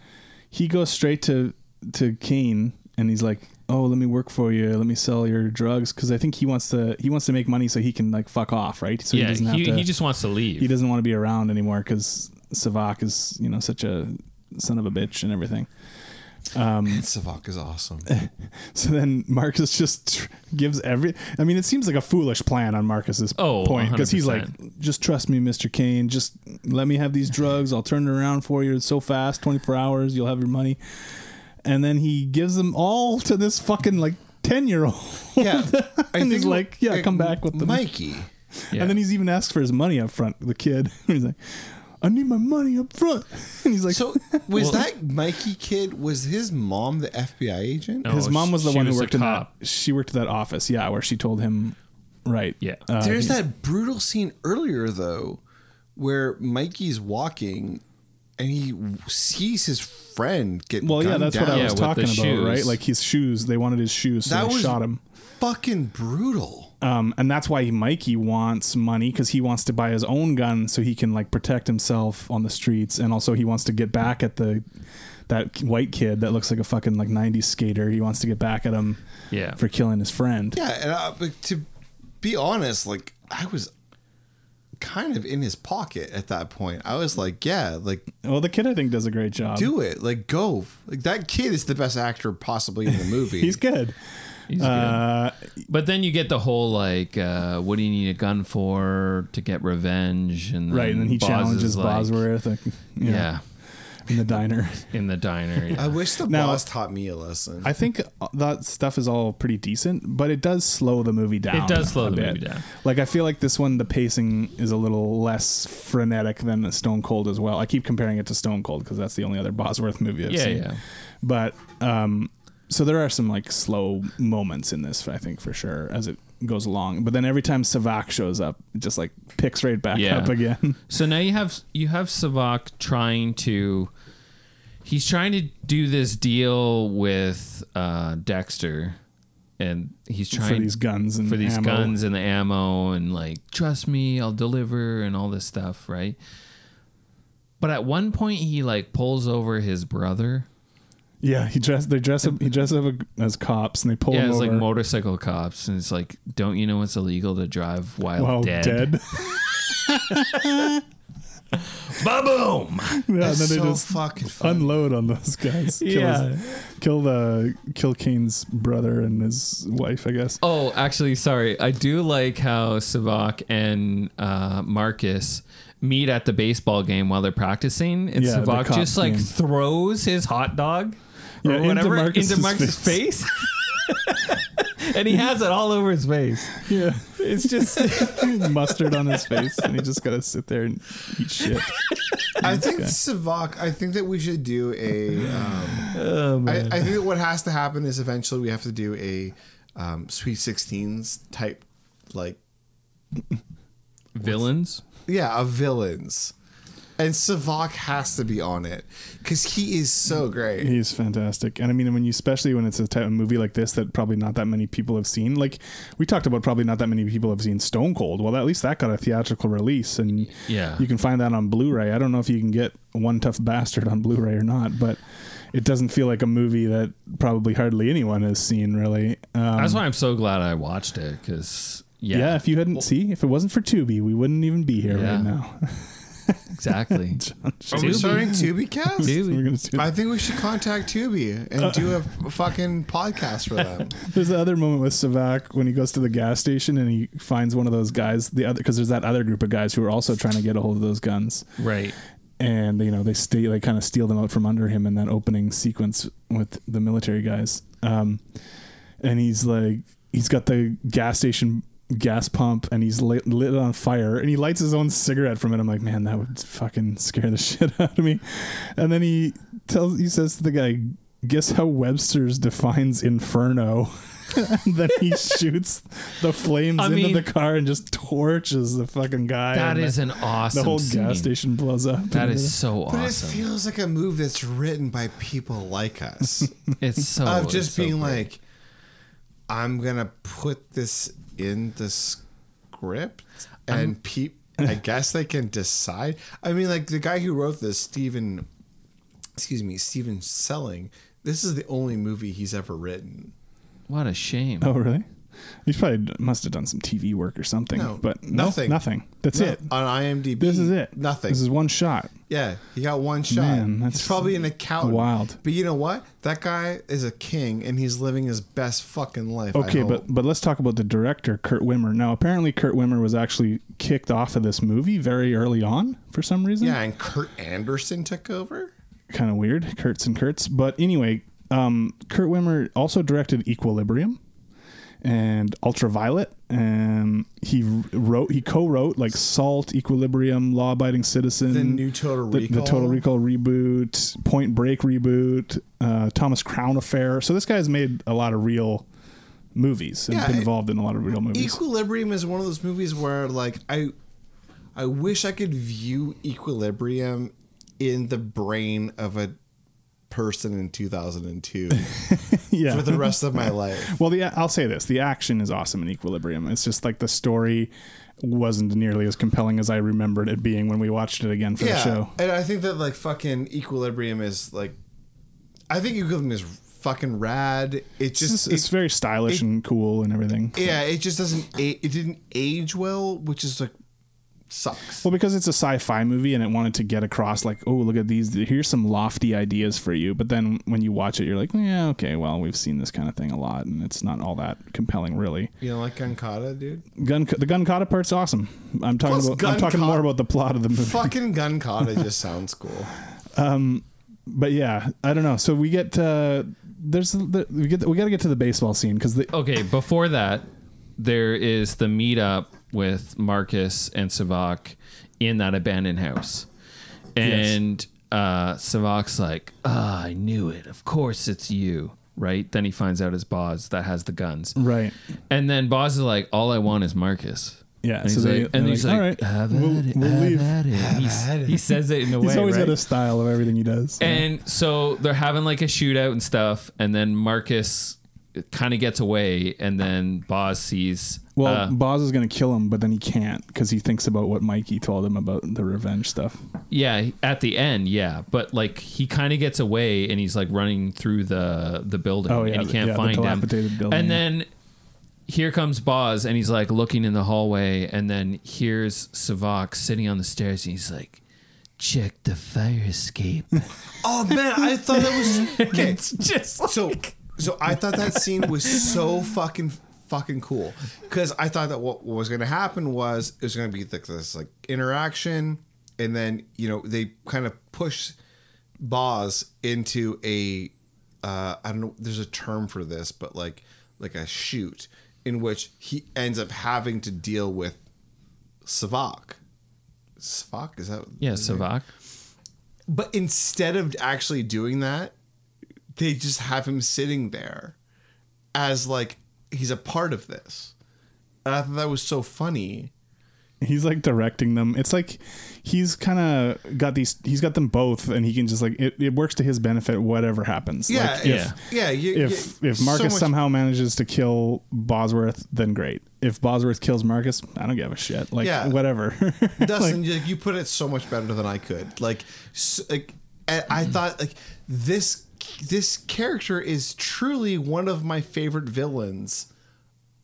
[SPEAKER 5] he goes straight to to Kane and he's like, "Oh, let me work for you. Let me sell your drugs." Because I think he wants to he wants to make money so he can like fuck off, right? So
[SPEAKER 2] yeah,
[SPEAKER 5] doesn't
[SPEAKER 2] he, he just wants to leave.
[SPEAKER 5] he doesn't want to be around anymore because Savak is you know such a son of a bitch and everything. <laughs>
[SPEAKER 4] Man, Savak is <laughs> awesome.
[SPEAKER 5] So then Marcus just tr- gives every. I mean, it seems like a foolish plan on Marcus's
[SPEAKER 2] Oh,
[SPEAKER 5] point because he's like,
[SPEAKER 2] 100%.
[SPEAKER 5] "Just trust me, Mister Kane. Just let me have these drugs. I'll turn it around for you so fast, twenty four hours. You'll have your money." And then he gives them all to this fucking like ten year old.
[SPEAKER 4] yeah, I
[SPEAKER 5] <laughs> And he's like, yeah, come back with the-
[SPEAKER 4] Mikey.
[SPEAKER 2] Yeah.
[SPEAKER 5] And then he's even asked for his money up front. The kid, <laughs> he's like, "I need my money up front." <laughs> And he's like,
[SPEAKER 4] So was that Mikey kid? Was his mom the FBI agent?
[SPEAKER 2] No.
[SPEAKER 5] his mom was the
[SPEAKER 2] she
[SPEAKER 5] one who
[SPEAKER 2] was a
[SPEAKER 5] worked in that.
[SPEAKER 2] cop.
[SPEAKER 5] She worked at that office, yeah, where she told him, right,
[SPEAKER 2] Yeah.
[SPEAKER 4] There's that brutal scene earlier though, where Mikey's walking, and he sees his friend get.
[SPEAKER 5] Well, yeah,
[SPEAKER 4] gunned
[SPEAKER 5] that's what
[SPEAKER 4] down.
[SPEAKER 5] I was
[SPEAKER 2] Yeah, with
[SPEAKER 5] talking
[SPEAKER 2] the
[SPEAKER 5] about, right?
[SPEAKER 2] shoes.
[SPEAKER 5] Like his shoes. They wanted his shoes, so
[SPEAKER 4] That
[SPEAKER 5] they
[SPEAKER 4] was
[SPEAKER 5] shot him.
[SPEAKER 4] fucking brutal.
[SPEAKER 5] Um, and that's why Mikey wants money because he wants to buy his own gun so he can like protect himself on the streets, and also he wants to get back at the that white kid that looks like a fucking like '90s skater. He wants to get back at him,
[SPEAKER 2] Yeah.
[SPEAKER 5] for killing his friend.
[SPEAKER 4] Yeah, and I, but to be honest, like I was kind of in his pocket at that point. I was like, yeah, like
[SPEAKER 5] Well, the kid I think does a great job. <laughs>
[SPEAKER 4] do it, like go. Like that kid is the best actor possibly in the movie.
[SPEAKER 5] He's good.
[SPEAKER 2] He's
[SPEAKER 5] Uh,
[SPEAKER 2] good. But then you get the whole like, uh, what do you need a gun for to get revenge? And then
[SPEAKER 5] right, and then he
[SPEAKER 2] Boz
[SPEAKER 5] challenges
[SPEAKER 2] is like-
[SPEAKER 5] Bosworth, like, you
[SPEAKER 2] Yeah.
[SPEAKER 5] know, in
[SPEAKER 2] <laughs>
[SPEAKER 5] the diner.
[SPEAKER 2] in the diner. yeah.
[SPEAKER 4] I wish the
[SPEAKER 5] Now-
[SPEAKER 4] boss taught me a lesson.
[SPEAKER 5] I uh, think that stuff is all pretty decent, but it does slow the movie down.
[SPEAKER 2] It does slow
[SPEAKER 5] a
[SPEAKER 2] the
[SPEAKER 5] bit.
[SPEAKER 2] movie down.
[SPEAKER 5] Like I feel like this one, the pacing is a little less frenetic than Stone Cold as well. I keep comparing it to Stone Cold because that's the only other Bosworth movie I've
[SPEAKER 2] Yeah,
[SPEAKER 5] seen.
[SPEAKER 2] yeah.
[SPEAKER 5] But um, so there are some like slow moments in this, I think for sure, as it goes along. But then every time Savak shows up, it just like picks right back
[SPEAKER 2] Yeah.
[SPEAKER 5] up again.
[SPEAKER 2] So now you have you have Savak trying to he's trying to do this deal with uh, Dexter and he's trying
[SPEAKER 5] these guns and
[SPEAKER 2] for these
[SPEAKER 5] ammo.
[SPEAKER 2] guns and the ammo and like trust me I'll deliver and all this stuff right but at one point he like pulls over his brother
[SPEAKER 5] yeah, he dress they dress up he dress up as cops and they pull
[SPEAKER 2] yeah
[SPEAKER 5] him
[SPEAKER 2] it's
[SPEAKER 5] over
[SPEAKER 2] like motorcycle cops and it's like don't you know it's illegal to drive while,
[SPEAKER 5] while
[SPEAKER 2] dead, <laughs>
[SPEAKER 5] dead.
[SPEAKER 2] boom
[SPEAKER 5] <laughs> Yeah,
[SPEAKER 4] That's
[SPEAKER 5] and then
[SPEAKER 4] so
[SPEAKER 5] they just
[SPEAKER 4] fucking funny.
[SPEAKER 5] unload on those guys. Kill
[SPEAKER 2] Yeah.
[SPEAKER 5] his- kill the kill Kane's brother and his wife, I guess.
[SPEAKER 2] Oh, actually, sorry. I do like how Savak and uh, Marcus meet at the baseball game while they're practicing, and
[SPEAKER 5] Yeah, the
[SPEAKER 2] Savak
[SPEAKER 5] cop
[SPEAKER 2] just like
[SPEAKER 5] game.
[SPEAKER 2] throws his hot dog or
[SPEAKER 5] Yeah, into
[SPEAKER 2] whatever into Marcus's,
[SPEAKER 5] Marcus's
[SPEAKER 2] face. <laughs> and he has it all over his face.
[SPEAKER 5] Yeah,
[SPEAKER 2] It's just
[SPEAKER 5] <laughs> mustard on his face, and he just gotta sit there and
[SPEAKER 2] <laughs>
[SPEAKER 5] eat shit.
[SPEAKER 4] I think Savak. I think that we should do a. Um, I, I think that what has to happen is eventually we have to do a um, Sweet Sixteens type, like
[SPEAKER 2] villains.
[SPEAKER 4] yeah, of villains, and Savak has to be on it because he is so great.
[SPEAKER 5] He's fantastic, and I mean, when you especially when it's a type of movie like this that probably not that many people have seen. Like we talked about, probably not that many people have seen Stone Cold. Well, at least that got a theatrical release, and
[SPEAKER 2] Yeah.
[SPEAKER 5] you can find that on Blu-ray. I don't know if you can get One Tough Bastard on Blu-ray or not, but it doesn't feel like a movie that probably hardly anyone has seen really. Um,
[SPEAKER 2] That's why I'm so glad I watched it because yeah,
[SPEAKER 5] yeah. if you hadn't see, if it wasn't for Tubi, we wouldn't even be here
[SPEAKER 2] Yeah.
[SPEAKER 5] right now. <laughs>
[SPEAKER 2] exactly.
[SPEAKER 4] Are we
[SPEAKER 2] Tubi.
[SPEAKER 4] starting Tubi cast?
[SPEAKER 2] Tubi.
[SPEAKER 5] We're gonna do-
[SPEAKER 4] I think we should contact Tubi and do a fucking podcast for them.
[SPEAKER 5] There's the other moment with Savak when he goes to the gas station and he finds one of those guys. The other because there's that other group of guys who are also trying to get a hold of those guns,
[SPEAKER 2] right.
[SPEAKER 5] and you know they steal, they kind of steal them out from under him in that opening sequence with the military guys. Um, and he's like, he's got the gas station gas pump and he's lit, lit it on fire and he lights his own cigarette from it. I'm like, man, that would fucking scare the <laughs> shit out of me. And then he tells, he says to the guy, guess how Webster's defines inferno. <laughs> and then
[SPEAKER 2] <laughs>
[SPEAKER 5] he shoots the flames
[SPEAKER 2] I
[SPEAKER 5] into
[SPEAKER 2] mean-
[SPEAKER 5] the car and just torches the fucking guy.
[SPEAKER 2] That
[SPEAKER 5] and
[SPEAKER 2] is
[SPEAKER 5] the,
[SPEAKER 2] an awesome.
[SPEAKER 5] the whole
[SPEAKER 2] scene.
[SPEAKER 5] gas station blows up.
[SPEAKER 2] That
[SPEAKER 5] And
[SPEAKER 2] is so
[SPEAKER 4] But it
[SPEAKER 2] awesome.
[SPEAKER 4] feels like a move that's written by people like us.
[SPEAKER 2] It's so
[SPEAKER 5] Oh,
[SPEAKER 4] of
[SPEAKER 2] it's
[SPEAKER 4] just
[SPEAKER 2] so
[SPEAKER 4] being
[SPEAKER 2] great.
[SPEAKER 4] like, I'm gonna put this in the script, and peep. I guess they can decide. I mean, like the guy who wrote this, Stephen, excuse me, Stephen Selling. This is the only movie he's ever written.
[SPEAKER 2] What a shame.
[SPEAKER 5] Oh, really? He's probably must have done some TV work or something.
[SPEAKER 4] No,
[SPEAKER 5] but no-
[SPEAKER 4] nothing.
[SPEAKER 5] Nothing. That's
[SPEAKER 4] No,
[SPEAKER 5] it.
[SPEAKER 4] on IMDb.
[SPEAKER 5] This is it.
[SPEAKER 4] Nothing.
[SPEAKER 5] This is one shot.
[SPEAKER 4] Yeah, he got one shot.
[SPEAKER 5] Man,
[SPEAKER 4] that's
[SPEAKER 5] that's
[SPEAKER 4] he's probably an accountant.
[SPEAKER 5] wild.
[SPEAKER 4] But you know what? That guy is a king, and he's living his best fucking life. I
[SPEAKER 5] Okay,
[SPEAKER 4] hope.
[SPEAKER 5] but but let's talk about the director, Kurt Wimmer. Now, apparently, Kurt Wimmer was actually kicked off of this movie very early on for some reason.
[SPEAKER 4] yeah, and Kurt Anderson took over.
[SPEAKER 5] kind of weird, Kurtz and Kurtz. But anyway, um, Kurt Wimmer also directed Equilibrium and Ultraviolet, and he wrote, he co-wrote like Salt, Equilibrium, Law Abiding Citizen,
[SPEAKER 4] The new Total
[SPEAKER 5] Mm. the, the
[SPEAKER 4] Recall.
[SPEAKER 5] Total Recall reboot, Point Break reboot, uh, Thomas Crown Affair. So this guy's made a lot of real movies and
[SPEAKER 4] Yeah,
[SPEAKER 5] been
[SPEAKER 4] I-
[SPEAKER 5] involved in a lot of real movies.
[SPEAKER 4] Equilibrium is one of those movies where like I I wish I could view Equilibrium in the brain of a person in 2002
[SPEAKER 5] <laughs> <laughs> yeah.
[SPEAKER 4] for the rest of my life.
[SPEAKER 5] Well, the I'll say this: the action is awesome in Equilibrium. It's just like the story wasn't nearly as compelling as I remembered it being when we watched it again for the
[SPEAKER 4] Yeah.
[SPEAKER 5] show.
[SPEAKER 4] And I think that like fucking Equilibrium is like I think Equilibrium is fucking rad. It
[SPEAKER 5] It's,
[SPEAKER 4] just
[SPEAKER 5] just- it's
[SPEAKER 4] it-
[SPEAKER 5] very stylish
[SPEAKER 4] it-
[SPEAKER 5] and cool and everything.
[SPEAKER 4] yeah, it just doesn't a- it didn't age well, which is like sucks.
[SPEAKER 5] Well, because it's a sci-fi movie and it wanted to get across like, oh, look at these. Here's some lofty ideas for you. But then when you watch it, you're like, yeah, okay, well, we've seen this kind of thing a lot, and it's not all that compelling, really.
[SPEAKER 4] you know, like Gunkata,
[SPEAKER 5] <laughs>
[SPEAKER 4] dude.
[SPEAKER 5] Gun, the gun kata part's awesome. I'm talking
[SPEAKER 4] Plus
[SPEAKER 5] about.
[SPEAKER 4] gun
[SPEAKER 5] I'm talking
[SPEAKER 4] kata-
[SPEAKER 5] more about the plot of the movie.
[SPEAKER 4] Fucking Gunkata just sounds cool.
[SPEAKER 5] But yeah, I don't know. So we get uh, there's the, we get we got to get to the baseball scene because the
[SPEAKER 2] Okay, before that, there is the meetup with Marcus and Savak in that abandoned house. And uh, Savak's like, ah, I knew it. Of course it's you. Right? Then he finds out it's Boz that has the guns.
[SPEAKER 5] right.
[SPEAKER 2] And then Boz is like, all I want is Marcus.
[SPEAKER 5] Yeah,
[SPEAKER 2] And
[SPEAKER 5] so
[SPEAKER 2] he's
[SPEAKER 5] they-
[SPEAKER 2] like,
[SPEAKER 5] they're
[SPEAKER 2] and he's
[SPEAKER 5] like,
[SPEAKER 2] like,
[SPEAKER 5] "All right,
[SPEAKER 2] have
[SPEAKER 5] we'll-
[SPEAKER 2] at it,
[SPEAKER 5] we'll
[SPEAKER 2] have
[SPEAKER 5] leave."
[SPEAKER 2] at it." He's- He says it in a way.
[SPEAKER 5] <laughs> He's always
[SPEAKER 2] right?
[SPEAKER 5] got a style of everything he does.
[SPEAKER 2] And so they're having like a shootout and stuff, and then Marcus kind of gets away, and then Boz sees.
[SPEAKER 5] well,
[SPEAKER 2] uh,
[SPEAKER 5] Boz is gonna kill him, but then he can't because he thinks about what Mikey told him about the revenge stuff.
[SPEAKER 2] yeah, at the end, yeah, but like he kind of gets away, and he's like running through the the building,
[SPEAKER 5] Oh, yeah,
[SPEAKER 2] and he can't
[SPEAKER 5] yeah, the
[SPEAKER 2] find him.
[SPEAKER 5] dilapidated building,
[SPEAKER 2] and
[SPEAKER 5] yeah.
[SPEAKER 2] then here comes Boz, and he's like looking in the hallway, and then here's Savak sitting on the stairs, and he's like, "Check the fire
[SPEAKER 5] <laughs>
[SPEAKER 2] escape."
[SPEAKER 4] Oh man, I thought that was okay.
[SPEAKER 2] Just
[SPEAKER 4] So, so I thought that scene was so fucking fucking cool because I thought that what, what was going to happen was it was going to be like this like interaction, and then you know they kind of push Boz into a uh, I don't know. There's a term for this, but like like a shoot in which he ends up having to deal with Savak. Savak is that
[SPEAKER 2] yeah, Savak.
[SPEAKER 4] but instead of actually doing that, they just have him sitting there as like he's a part of this. And I thought that was so funny.
[SPEAKER 5] He's like directing them. It's like he's kind of got these. He's got them both, and he can just like it. It works to his benefit. Whatever happens.
[SPEAKER 4] Yeah, if,
[SPEAKER 5] Like,
[SPEAKER 4] yeah, yeah. You,
[SPEAKER 5] if
[SPEAKER 4] you-
[SPEAKER 5] if Marcus
[SPEAKER 4] so much-
[SPEAKER 5] somehow manages to kill Bosworth, then great. If Bosworth kills Marcus, I don't give a shit. Like
[SPEAKER 4] Yeah.
[SPEAKER 5] whatever. <laughs>
[SPEAKER 4] Dustin, you, you put it so much better than I could. Like, s like I I
[SPEAKER 5] Mm.
[SPEAKER 4] thought like this this character is truly one of my favorite villains.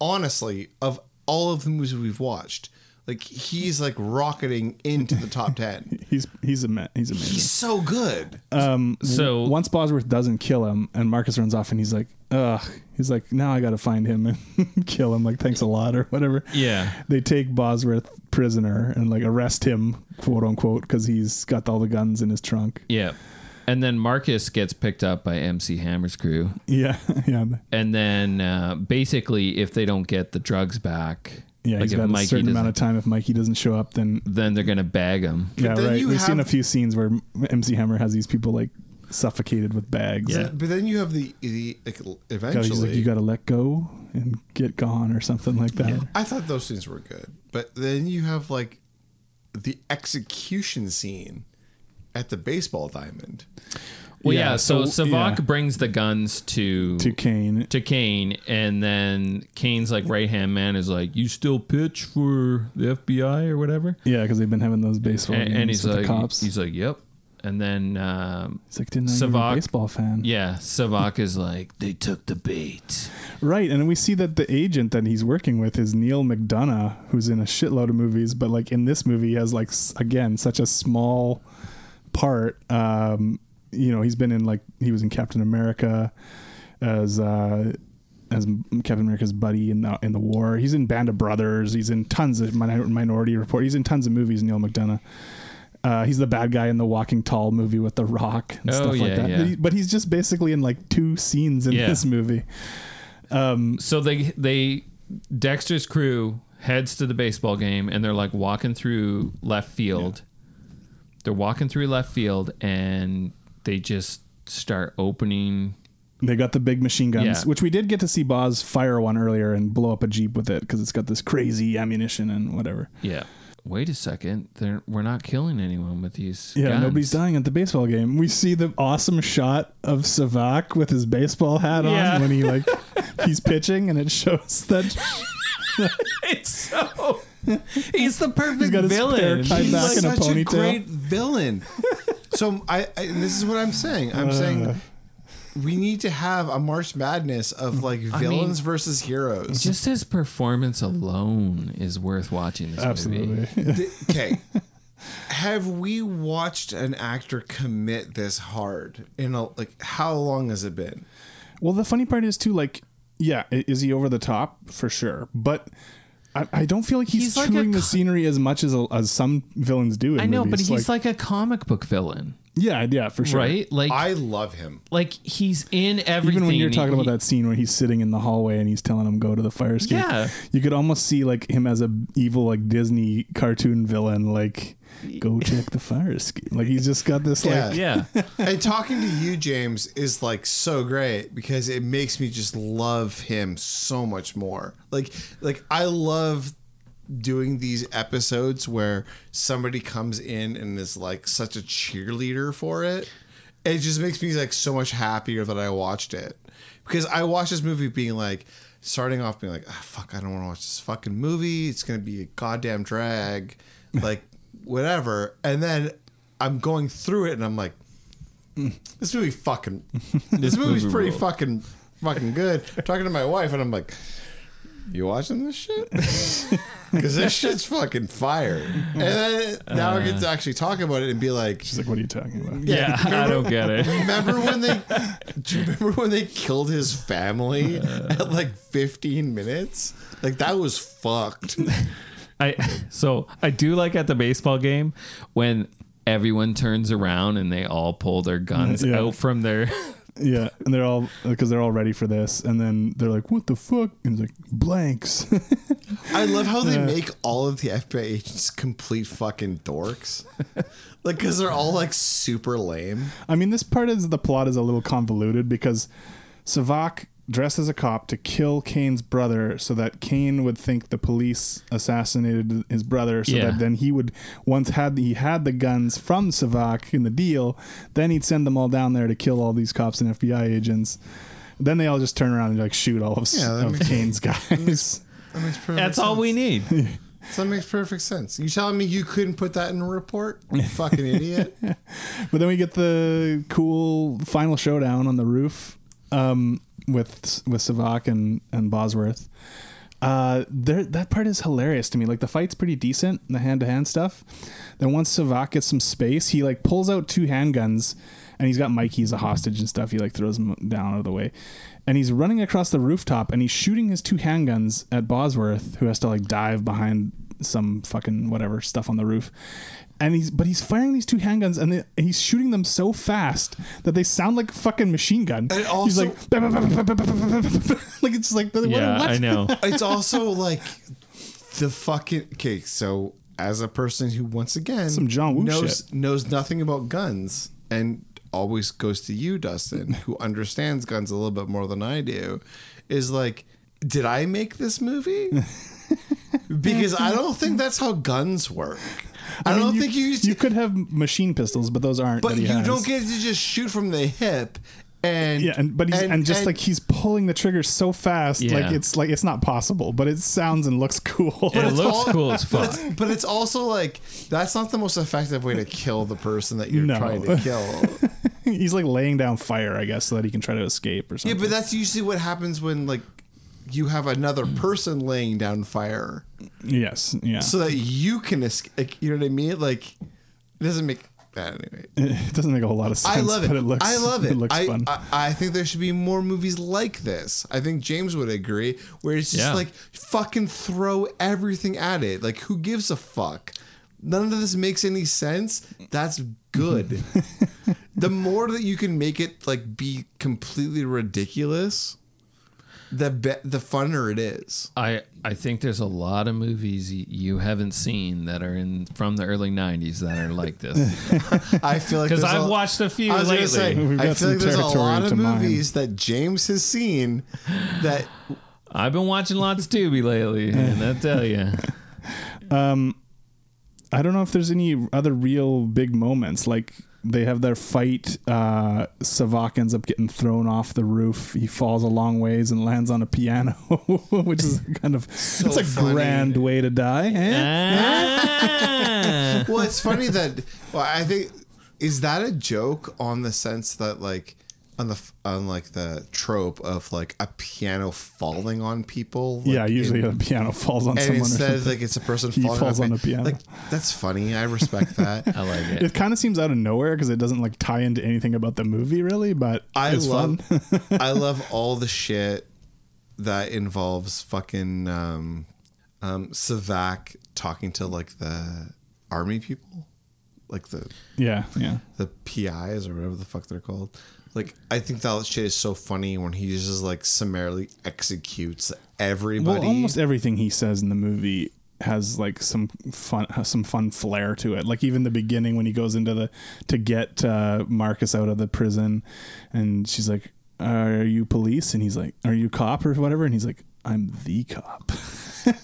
[SPEAKER 4] Honestly, of all of the movies we've watched, like he's like rocketing into the top
[SPEAKER 5] <laughs>
[SPEAKER 4] ten.
[SPEAKER 5] he's he's a he's amazing.
[SPEAKER 4] He's so good.
[SPEAKER 2] So
[SPEAKER 5] Once Bosworth doesn't kill him, and Marcus runs off, and he's like, ugh. He's like, now I got to find him and <laughs> kill him. Like, thanks a lot or whatever.
[SPEAKER 2] Yeah.
[SPEAKER 5] They take Bosworth prisoner and like arrest him, quote unquote, because he's got all the guns in his trunk. <laughs>
[SPEAKER 2] Yeah. And then Marcus gets picked up by MC Hammer's crew.
[SPEAKER 5] Yeah, yeah,
[SPEAKER 2] And then uh, basically, if they don't get the drugs back,
[SPEAKER 5] yeah.
[SPEAKER 2] like
[SPEAKER 5] he's
[SPEAKER 2] if
[SPEAKER 5] got
[SPEAKER 2] Mikey
[SPEAKER 5] a certain amount
[SPEAKER 2] doesn't-
[SPEAKER 5] of time. If Mikey doesn't show up, then
[SPEAKER 2] then they're going to bag him.
[SPEAKER 5] Yeah,
[SPEAKER 4] then
[SPEAKER 5] right.
[SPEAKER 4] you
[SPEAKER 5] We've
[SPEAKER 4] have-
[SPEAKER 5] seen a few scenes where MC Hammer has these people like suffocated with bags.
[SPEAKER 2] Yeah.
[SPEAKER 4] But then you have the the like, eventually.
[SPEAKER 5] God, he's like, you got to let go and get gone or something like that.
[SPEAKER 4] I thought those scenes were good, but then you have like the execution scene at the baseball diamond.
[SPEAKER 2] Well,
[SPEAKER 5] Yeah,
[SPEAKER 2] yeah. so,
[SPEAKER 5] so-
[SPEAKER 2] Savak
[SPEAKER 5] yeah.
[SPEAKER 2] brings the guns to
[SPEAKER 5] To Kane.
[SPEAKER 2] to Kane, and then Kane's like right hand man is like, "You still pitch for the FBI or whatever?"
[SPEAKER 5] Yeah, because they've been having those baseball
[SPEAKER 2] And,
[SPEAKER 5] games
[SPEAKER 2] and he's
[SPEAKER 5] with
[SPEAKER 2] like,
[SPEAKER 5] the cops.
[SPEAKER 2] "He's like, yep." And then, um,
[SPEAKER 5] It's like, didn't know you were a
[SPEAKER 2] Savak-
[SPEAKER 5] baseball fan.
[SPEAKER 2] yeah, Savak is like, "They took the bait."
[SPEAKER 5] Right. And then we see that the agent that he's working with is Neil McDonough, who's in a shitload of movies, but like in this movie, he has like, s- again, such a small part. Um, you know, he's been in like, he was in Captain America as, uh, as Captain America's buddy in the in the war, he's in Band of Brothers. He's in tons of minor, Minority Report. He's in tons of movies. Neil McDonough. Uh, he's the bad guy in the Walking Tall movie with The Rock and
[SPEAKER 2] Oh,
[SPEAKER 5] stuff like
[SPEAKER 2] yeah,
[SPEAKER 5] that.
[SPEAKER 2] yeah.
[SPEAKER 5] But he's just basically in like two scenes in
[SPEAKER 2] Yeah.
[SPEAKER 5] this movie.
[SPEAKER 2] so they they Dexter's crew heads to the baseball game and they're like walking through left field. They're walking through left field and they just start opening.
[SPEAKER 5] They got the big machine guns,
[SPEAKER 2] Yeah.
[SPEAKER 5] which we did get to see Boz fire one earlier and blow up a jeep with it because it's got this crazy ammunition and whatever.
[SPEAKER 2] Yeah. Wait a second. They're, we're not killing anyone with these.
[SPEAKER 5] Yeah,
[SPEAKER 2] guns.
[SPEAKER 5] nobody's dying at the baseball game. We see the awesome shot of Savak with his baseball hat
[SPEAKER 2] Yeah.
[SPEAKER 5] on when he
[SPEAKER 2] <laughs>
[SPEAKER 5] like he's pitching, and it shows that
[SPEAKER 2] It's so. He's the perfect
[SPEAKER 5] got his
[SPEAKER 2] villain.
[SPEAKER 5] spare time
[SPEAKER 4] He's
[SPEAKER 5] back
[SPEAKER 4] like
[SPEAKER 5] in a
[SPEAKER 4] such
[SPEAKER 5] ponytail. <laughs> Uh.
[SPEAKER 4] great villain. so I, I and this is what I'm saying. I'm saying we need to have a March Madness of like
[SPEAKER 2] I mean,
[SPEAKER 4] villains versus heroes.
[SPEAKER 5] <laughs>
[SPEAKER 2] Just his performance alone is worth watching this movie.
[SPEAKER 5] Absolutely.
[SPEAKER 4] Okay. Have we watched an actor commit this hard? In a, like, how long has it been?
[SPEAKER 5] Well, the funny part is too, like, yeah, i- is he over the top for sure? But I, I don't feel like he's,
[SPEAKER 2] He's like a
[SPEAKER 5] chewing the
[SPEAKER 2] co-
[SPEAKER 5] scenery as much as as some villains do. In
[SPEAKER 2] I know, but
[SPEAKER 5] movies.
[SPEAKER 2] he's like, a comic book villain,
[SPEAKER 5] yeah, yeah, for sure.
[SPEAKER 2] right? Like,
[SPEAKER 4] I love him.
[SPEAKER 2] like he's in everything.
[SPEAKER 5] Even when you're
[SPEAKER 2] He-
[SPEAKER 5] talking about
[SPEAKER 2] he-
[SPEAKER 5] that scene where he's sitting in the hallway and he's telling him go to the fire escape,
[SPEAKER 2] Yeah.
[SPEAKER 5] you could almost see like him as a evil like Disney cartoon villain, like
[SPEAKER 2] <laughs>
[SPEAKER 5] go check the fire escape. Like he's just got this like
[SPEAKER 2] yeah,
[SPEAKER 4] <laughs> and talking to you, James, is like so great because it makes me just love him so much more. Like, like I love doing these episodes where somebody comes in and is like such a cheerleader for it. It just makes me like so much happier that I watched it because I watched this movie being like. Starting off being like, ah, fuck, I don't want to watch this fucking movie. It's going to be a goddamn drag. Like, whatever. And then I'm going through it and I'm like, this
[SPEAKER 2] <laughs>
[SPEAKER 4] movie fucking this movie's
[SPEAKER 2] movie
[SPEAKER 4] pretty
[SPEAKER 2] rules.
[SPEAKER 4] fucking
[SPEAKER 2] <laughs>
[SPEAKER 4] fucking good. I'm talking to my wife and I'm like, You watching this shit?
[SPEAKER 2] <laughs>
[SPEAKER 4] Because this shit's fucking fire. And then now I get
[SPEAKER 2] Uh.
[SPEAKER 4] to actually talk about it and be like
[SPEAKER 5] She's <laughs> like, what are you talking
[SPEAKER 2] <laughs>
[SPEAKER 5] about?
[SPEAKER 2] yeah. I don't get it.
[SPEAKER 4] Remember when
[SPEAKER 2] <laughs>
[SPEAKER 4] they do you remember when they killed his family
[SPEAKER 2] Uh.
[SPEAKER 4] at like fifteen minutes? Like that
[SPEAKER 2] <laughs>
[SPEAKER 4] was fucked.
[SPEAKER 2] I so I do like at the baseball game when everyone turns around and they all pull their guns
[SPEAKER 5] Yeah.
[SPEAKER 2] out from their
[SPEAKER 5] Yeah, and they're all because they're all ready for this, and then they're like, "What the fuck?" And he's like, "Blanks." <laughs>
[SPEAKER 4] I love how they make all of the FBI agents complete fucking dorks. Like, because they're all like super lame.
[SPEAKER 5] I mean, this part is the plot is a little convoluted because Savak dressed as a cop to kill Kane's brother, so that Kane would think the police assassinated his brother, so
[SPEAKER 2] Yeah.
[SPEAKER 5] that then he would once had he had the guns from Savak in the deal, then he'd send them all down there to kill all these cops and FBI agents. Then they all just turn around and like shoot all of,
[SPEAKER 4] Yeah, that
[SPEAKER 5] of
[SPEAKER 4] makes-
[SPEAKER 5] Kane's guys.
[SPEAKER 4] That makes perfect
[SPEAKER 2] That's all we need.
[SPEAKER 4] That makes perfect sense. You telling me you couldn't put that in a report? You fucking
[SPEAKER 5] <laughs>
[SPEAKER 4] idiot.
[SPEAKER 5] But then we get the cool final showdown on the roof um, with with Savak and and Bosworth. Uh, there that part is hilarious to me. Like the fight's pretty decent, the hand to hand stuff. Then once Savak gets some space, he like pulls out two handguns, and he's got Mikey as a hostage and stuff. He like throws him down out of the way, and he's running across the rooftop and he's shooting his two handguns at Bosworth, who has to like dive behind some fucking whatever stuff on the roof. And he's but he's firing these two handguns and, they, and he's shooting them so fast that they sound like a fucking machine gun.
[SPEAKER 4] And
[SPEAKER 5] he's
[SPEAKER 4] also-
[SPEAKER 5] like <laughs> like it's like what,
[SPEAKER 2] <laughs> yeah,
[SPEAKER 5] what?
[SPEAKER 2] I know.
[SPEAKER 4] It's also like the fucking okay. So as a person who once again
[SPEAKER 5] Some John Woo
[SPEAKER 4] knows knows nothing about guns and always goes to you, Dustin, who understands guns a little bit more than I do, is like, did I make this
[SPEAKER 5] <laughs>
[SPEAKER 4] movie? because I don't think that's how guns work. I,
[SPEAKER 5] mean,
[SPEAKER 4] don't think you
[SPEAKER 5] you could have machine pistols, but those aren't.
[SPEAKER 4] but
[SPEAKER 5] that he
[SPEAKER 4] you
[SPEAKER 5] has.
[SPEAKER 4] don't get to just shoot from the hip and
[SPEAKER 5] Yeah, and but he's and, just like he's pulling the trigger so fast,
[SPEAKER 2] Yeah.
[SPEAKER 5] like it's like it's not possible, but it sounds and looks <laughs> cool.
[SPEAKER 2] it
[SPEAKER 4] it's
[SPEAKER 2] looks
[SPEAKER 4] all-
[SPEAKER 2] cool as
[SPEAKER 4] But
[SPEAKER 2] fuck.
[SPEAKER 4] it's, <laughs> but it's also like that's not the most effective way to kill the person that you're
[SPEAKER 5] No.
[SPEAKER 4] trying to kill.
[SPEAKER 5] he's like laying down fire, I guess, so that he can try to escape or
[SPEAKER 4] yeah,
[SPEAKER 5] something.
[SPEAKER 4] but that's usually what happens when like you have another person laying down fire
[SPEAKER 5] yes, yeah.
[SPEAKER 4] so that you can escape. Like, you know what I mean? Like it doesn't make that anyway.
[SPEAKER 5] <laughs> it doesn't make a whole lot of sense.
[SPEAKER 4] I love it.
[SPEAKER 5] But it looks,
[SPEAKER 4] I love it.
[SPEAKER 5] <laughs> It looks
[SPEAKER 4] I,
[SPEAKER 5] fun.
[SPEAKER 4] I, I think there should be more movies like this. I think James would agree, where it's just
[SPEAKER 2] Yeah.
[SPEAKER 4] like fucking throw everything at it. Like who gives a fuck? None of this makes any sense. That's
[SPEAKER 5] <laughs>
[SPEAKER 4] good. the more that you can make it like be completely ridiculous, the be- the funner it is.
[SPEAKER 2] I I think there's a lot of movies y- you haven't seen that are in from the early '90s that are like this.
[SPEAKER 4] I feel like
[SPEAKER 5] <laughs>
[SPEAKER 2] 'Cause
[SPEAKER 4] there's
[SPEAKER 2] I've
[SPEAKER 4] a-
[SPEAKER 2] watched a few
[SPEAKER 4] I was gonna
[SPEAKER 2] lately.
[SPEAKER 4] say,
[SPEAKER 5] We've
[SPEAKER 4] I feel
[SPEAKER 5] got some
[SPEAKER 4] like there's a
[SPEAKER 5] territory
[SPEAKER 4] lot of
[SPEAKER 5] to mine.
[SPEAKER 4] movies that James has seen that
[SPEAKER 2] I've been watching lots of Tubi lately, and I tell you,
[SPEAKER 5] I don't know if there's any other real big moments. Like they have their fight. Uh, Savak ends up getting thrown off the roof. He falls a long ways and lands on a piano, <laughs> which is kind of it's a
[SPEAKER 4] funny.
[SPEAKER 5] grand way to die. eh?
[SPEAKER 2] Uh, Ah.
[SPEAKER 4] well, it's funny that well, I think is that a joke on the sense that like on the f- on like the trope of like a piano falling on people. like,
[SPEAKER 5] yeah, usually
[SPEAKER 4] in-
[SPEAKER 5] a piano falls on
[SPEAKER 4] and
[SPEAKER 5] someone. or
[SPEAKER 4] instead
[SPEAKER 5] something.
[SPEAKER 4] like it's a person
[SPEAKER 5] He
[SPEAKER 4] falling
[SPEAKER 5] falls
[SPEAKER 4] a
[SPEAKER 5] on
[SPEAKER 4] pi-
[SPEAKER 5] a piano.
[SPEAKER 4] Like that's funny. I respect
[SPEAKER 5] <laughs>
[SPEAKER 4] that.
[SPEAKER 2] I like it.
[SPEAKER 5] it kind of seems out of nowhere because it doesn't like tie into anything about the movie really, but
[SPEAKER 4] I
[SPEAKER 5] it's
[SPEAKER 4] love
[SPEAKER 5] fun.
[SPEAKER 4] <laughs> I love all the shit that involves fucking um um Savak talking to like the army people. Like the
[SPEAKER 5] yeah, yeah.
[SPEAKER 4] the PIs or whatever the fuck they're called. Like I think that shit is so funny when he just like summarily executes everybody.
[SPEAKER 5] Well, almost everything he says in the movie has like some fun, has some fun flair to it. Like even the beginning when he goes into the to get uh, Marcus out of the prison, and she's like, "Are you police?" And he's like, "Are you cop or whatever?" And he's like, "I'm the <laughs> cop."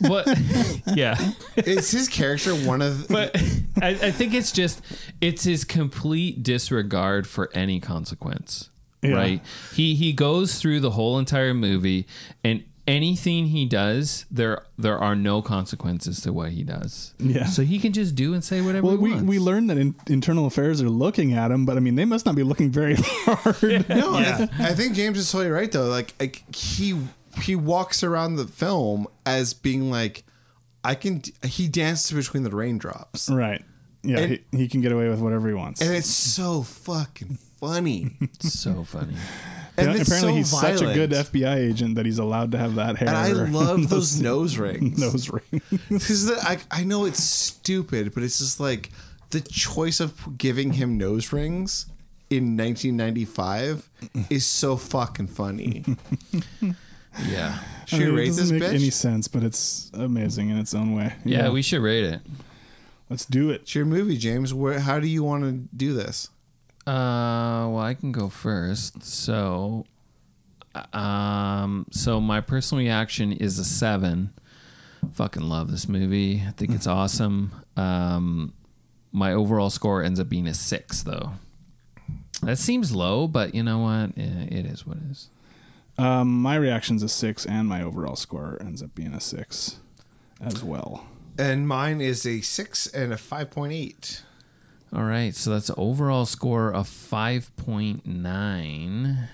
[SPEAKER 2] What? <laughs> yeah.
[SPEAKER 4] is his character one
[SPEAKER 5] <laughs>
[SPEAKER 4] of
[SPEAKER 2] but <laughs> I, I think it's just it's his complete disregard for any consequence
[SPEAKER 5] Yeah.
[SPEAKER 2] right he he goes through the whole entire movie and anything he does there there are no consequences to what he does
[SPEAKER 5] Yeah.
[SPEAKER 2] so he can just do and say whatever
[SPEAKER 5] Well,
[SPEAKER 2] he
[SPEAKER 5] we,
[SPEAKER 2] wants.
[SPEAKER 5] we learned that in, internal affairs are looking at him, but I mean, they must not be looking very <laughs> hard.
[SPEAKER 4] No, I- I, think James is totally right though. Like, like he he walks around the film as being like, I can. He dances between the raindrops,
[SPEAKER 5] <laughs> Right. Yeah,
[SPEAKER 4] And-
[SPEAKER 5] he, he can get away with whatever he wants.
[SPEAKER 4] and it's so fucking
[SPEAKER 5] <laughs>
[SPEAKER 4] funny.
[SPEAKER 2] it's so funny
[SPEAKER 4] And
[SPEAKER 5] Apparently,
[SPEAKER 4] it's so
[SPEAKER 5] he's such a
[SPEAKER 4] violent.
[SPEAKER 5] good FBI agent that he's allowed to have that hair.
[SPEAKER 4] And I
[SPEAKER 5] <laughs>
[SPEAKER 4] love those nose rings.
[SPEAKER 5] nose ring.
[SPEAKER 4] Because the- I, I know it's stupid, but it's just like the choice of giving him nose rings in 1995 is so fucking
[SPEAKER 5] <laughs>
[SPEAKER 4] funny.
[SPEAKER 2] yeah.
[SPEAKER 4] Should we
[SPEAKER 5] it
[SPEAKER 4] rate
[SPEAKER 5] doesn't
[SPEAKER 4] this
[SPEAKER 5] make
[SPEAKER 4] bitch?
[SPEAKER 5] any sense, but it's amazing in its own way.
[SPEAKER 2] yeah we should rate it
[SPEAKER 5] let's do it.
[SPEAKER 4] it's your movie, James. Where? How do you want to do this?
[SPEAKER 2] uh well i can go first so um so my personal reaction is a seven fucking love this movie. I think it's awesome. Um, my overall score ends up being a six, though. That seems low, but you know what? Eh, It is what it is.
[SPEAKER 5] Um, my reaction's a six, and my overall score ends up being a six as well.
[SPEAKER 4] And mine is a six and a five point eight.
[SPEAKER 2] All right, so that's an overall score of five point nine.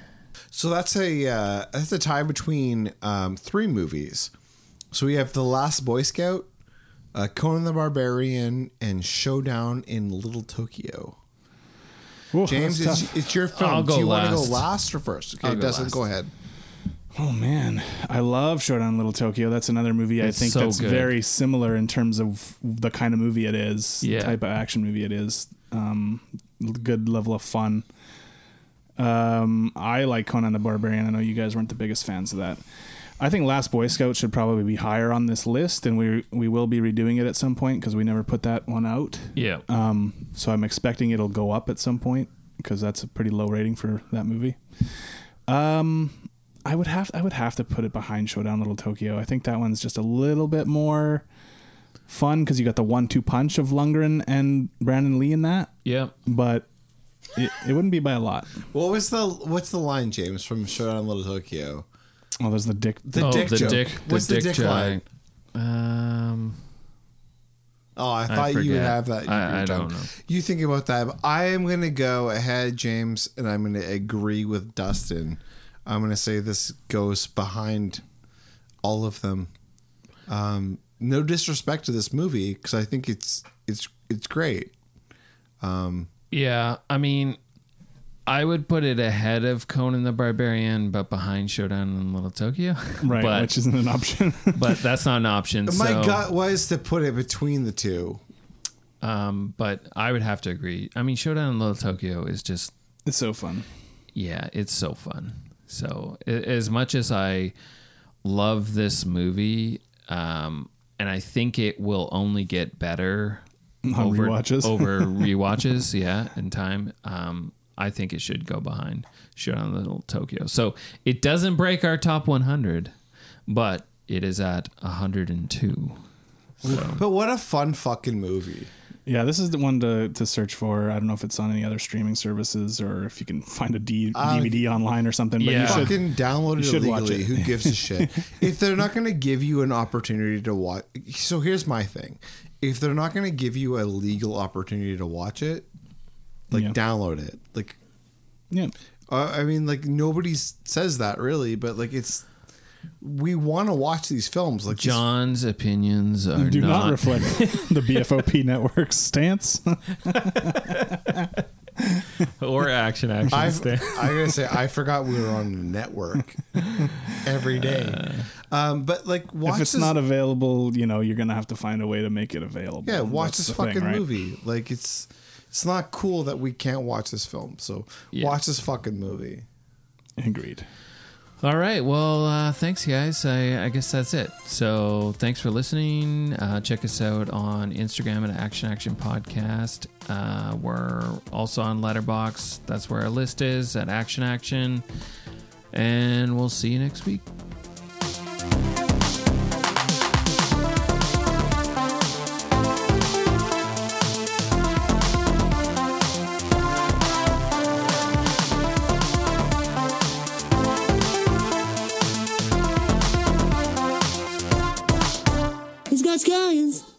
[SPEAKER 4] So that's a uh, that's a tie between um, three movies. So we have The Last Boy Scout, uh, Conan the Barbarian, and Showdown in Little Tokyo.
[SPEAKER 5] Ooh,
[SPEAKER 4] James,
[SPEAKER 5] that's tough.
[SPEAKER 4] it's, it's your film.
[SPEAKER 2] I'll
[SPEAKER 4] Do
[SPEAKER 2] go
[SPEAKER 4] you want to go
[SPEAKER 2] last.
[SPEAKER 4] last or first? Okay,
[SPEAKER 2] I'll go
[SPEAKER 4] Dustin,
[SPEAKER 2] last.
[SPEAKER 4] go ahead.
[SPEAKER 5] Oh man, I love Showdown in Little Tokyo. That's another movie I
[SPEAKER 2] It's
[SPEAKER 5] think
[SPEAKER 2] so
[SPEAKER 5] that's
[SPEAKER 2] good.
[SPEAKER 5] very similar in terms of the kind of movie it is, the
[SPEAKER 2] Yeah.
[SPEAKER 5] type of action movie it is. Um, good level of fun. Um, I like Conan the Barbarian. I know you guys weren't the biggest fans of that. I think Last Boy Scout should probably be higher on this list, and we we will be redoing it at some point because we never put that one out.
[SPEAKER 2] Yeah,
[SPEAKER 4] Uh,
[SPEAKER 5] Um, so I'm expecting it'll go up at some point because that's a pretty low rating for that movie. Um, I would have I would have to put it behind Showdown Little Tokyo. I think that one's just a little bit more fun because you got the one-two punch of Lundgren and Brandon Lee in that,
[SPEAKER 2] yeah.
[SPEAKER 5] but it, it wouldn't be by a lot.
[SPEAKER 4] What was the what's the line, James, from Showdown in Little Tokyo?
[SPEAKER 5] Oh, there's the dick.
[SPEAKER 4] The
[SPEAKER 2] oh,
[SPEAKER 4] dick
[SPEAKER 2] the
[SPEAKER 4] joke.
[SPEAKER 2] dick. The
[SPEAKER 4] what's
[SPEAKER 2] dick,
[SPEAKER 4] the dick
[SPEAKER 2] joke.
[SPEAKER 4] line?
[SPEAKER 2] Um,
[SPEAKER 4] Oh, I thought you would
[SPEAKER 2] forget.
[SPEAKER 4] have that.
[SPEAKER 2] I-
[SPEAKER 4] your
[SPEAKER 2] I don't
[SPEAKER 4] tongue.
[SPEAKER 2] know.
[SPEAKER 4] You think about that. but I am going to go ahead, James, and I'm going to agree with Dustin. I'm going to say this goes behind all of them. Um, no disrespect to this movie because I think it's it's it's great.
[SPEAKER 2] yeah. I mean, I would put it ahead of Conan the Barbarian, but behind Showdown in Little Tokyo. <laughs>
[SPEAKER 5] Right,
[SPEAKER 2] but,
[SPEAKER 5] which isn't an option. <laughs>
[SPEAKER 2] but that's not an option.
[SPEAKER 4] My
[SPEAKER 2] so.
[SPEAKER 4] gut was to put it between the two.
[SPEAKER 2] Um, but I would have to agree. I mean, Showdown in Little Tokyo is just,
[SPEAKER 5] it's so fun.
[SPEAKER 2] yeah, it's so fun. So a- as much as I love this movie, um, and I think it will only get better
[SPEAKER 5] <laughs> On
[SPEAKER 2] over
[SPEAKER 5] rewatches. <laughs>
[SPEAKER 2] over rewatches, yeah, in time. Um, I think it should go behind Showdown in Little Tokyo. So it doesn't break our top 100, but it is at 102.
[SPEAKER 4] But what a fun fucking movie.
[SPEAKER 5] Yeah, this is the one to, to search for. I don't know if it's on any other streaming services or if you can find a D, DVD online or something. But
[SPEAKER 2] yeah.
[SPEAKER 5] you should,
[SPEAKER 4] Fucking download it
[SPEAKER 5] you should watch
[SPEAKER 4] illegally.
[SPEAKER 5] it.
[SPEAKER 4] Who gives
[SPEAKER 5] <laughs>
[SPEAKER 4] a shit? if they're not going to give you an opportunity to watch, so here's my thing: if they're not going to give you a legal opportunity to watch it, like
[SPEAKER 5] Yeah.
[SPEAKER 4] download it. Like
[SPEAKER 5] yeah.
[SPEAKER 4] Uh, I mean, like nobody s- says that really, but like it's we want to watch these films. Like these-
[SPEAKER 2] John's opinions are
[SPEAKER 5] Do not,
[SPEAKER 2] not <laughs>
[SPEAKER 5] reflect the BFOP network's stance. <laughs>
[SPEAKER 6] or
[SPEAKER 5] <laughs>
[SPEAKER 6] action action
[SPEAKER 4] I've,
[SPEAKER 6] stand.
[SPEAKER 4] I gotta say, I forgot we were on the
[SPEAKER 5] <laughs>
[SPEAKER 4] network every day. Um, but like, watch
[SPEAKER 5] Uh. if it's
[SPEAKER 4] this,
[SPEAKER 5] not available, you know, you're gonna have to find a way to make it available.
[SPEAKER 4] yeah, watch
[SPEAKER 5] That's
[SPEAKER 4] this
[SPEAKER 5] the thing,
[SPEAKER 4] fucking
[SPEAKER 5] right?
[SPEAKER 4] movie. Like, it's it's not cool that we can't watch this film. So
[SPEAKER 2] Yeah.
[SPEAKER 4] watch this fucking movie.
[SPEAKER 5] Agreed.
[SPEAKER 2] All right. Well, uh, thanks, guys. I, I guess that's it. So, thanks for listening. Uh, check us out on Instagram at Action Action Podcast. Uh, we're also on Letterbox. That's where our list is at Action Action. And we'll see you next week.
[SPEAKER 7] He's got scallions.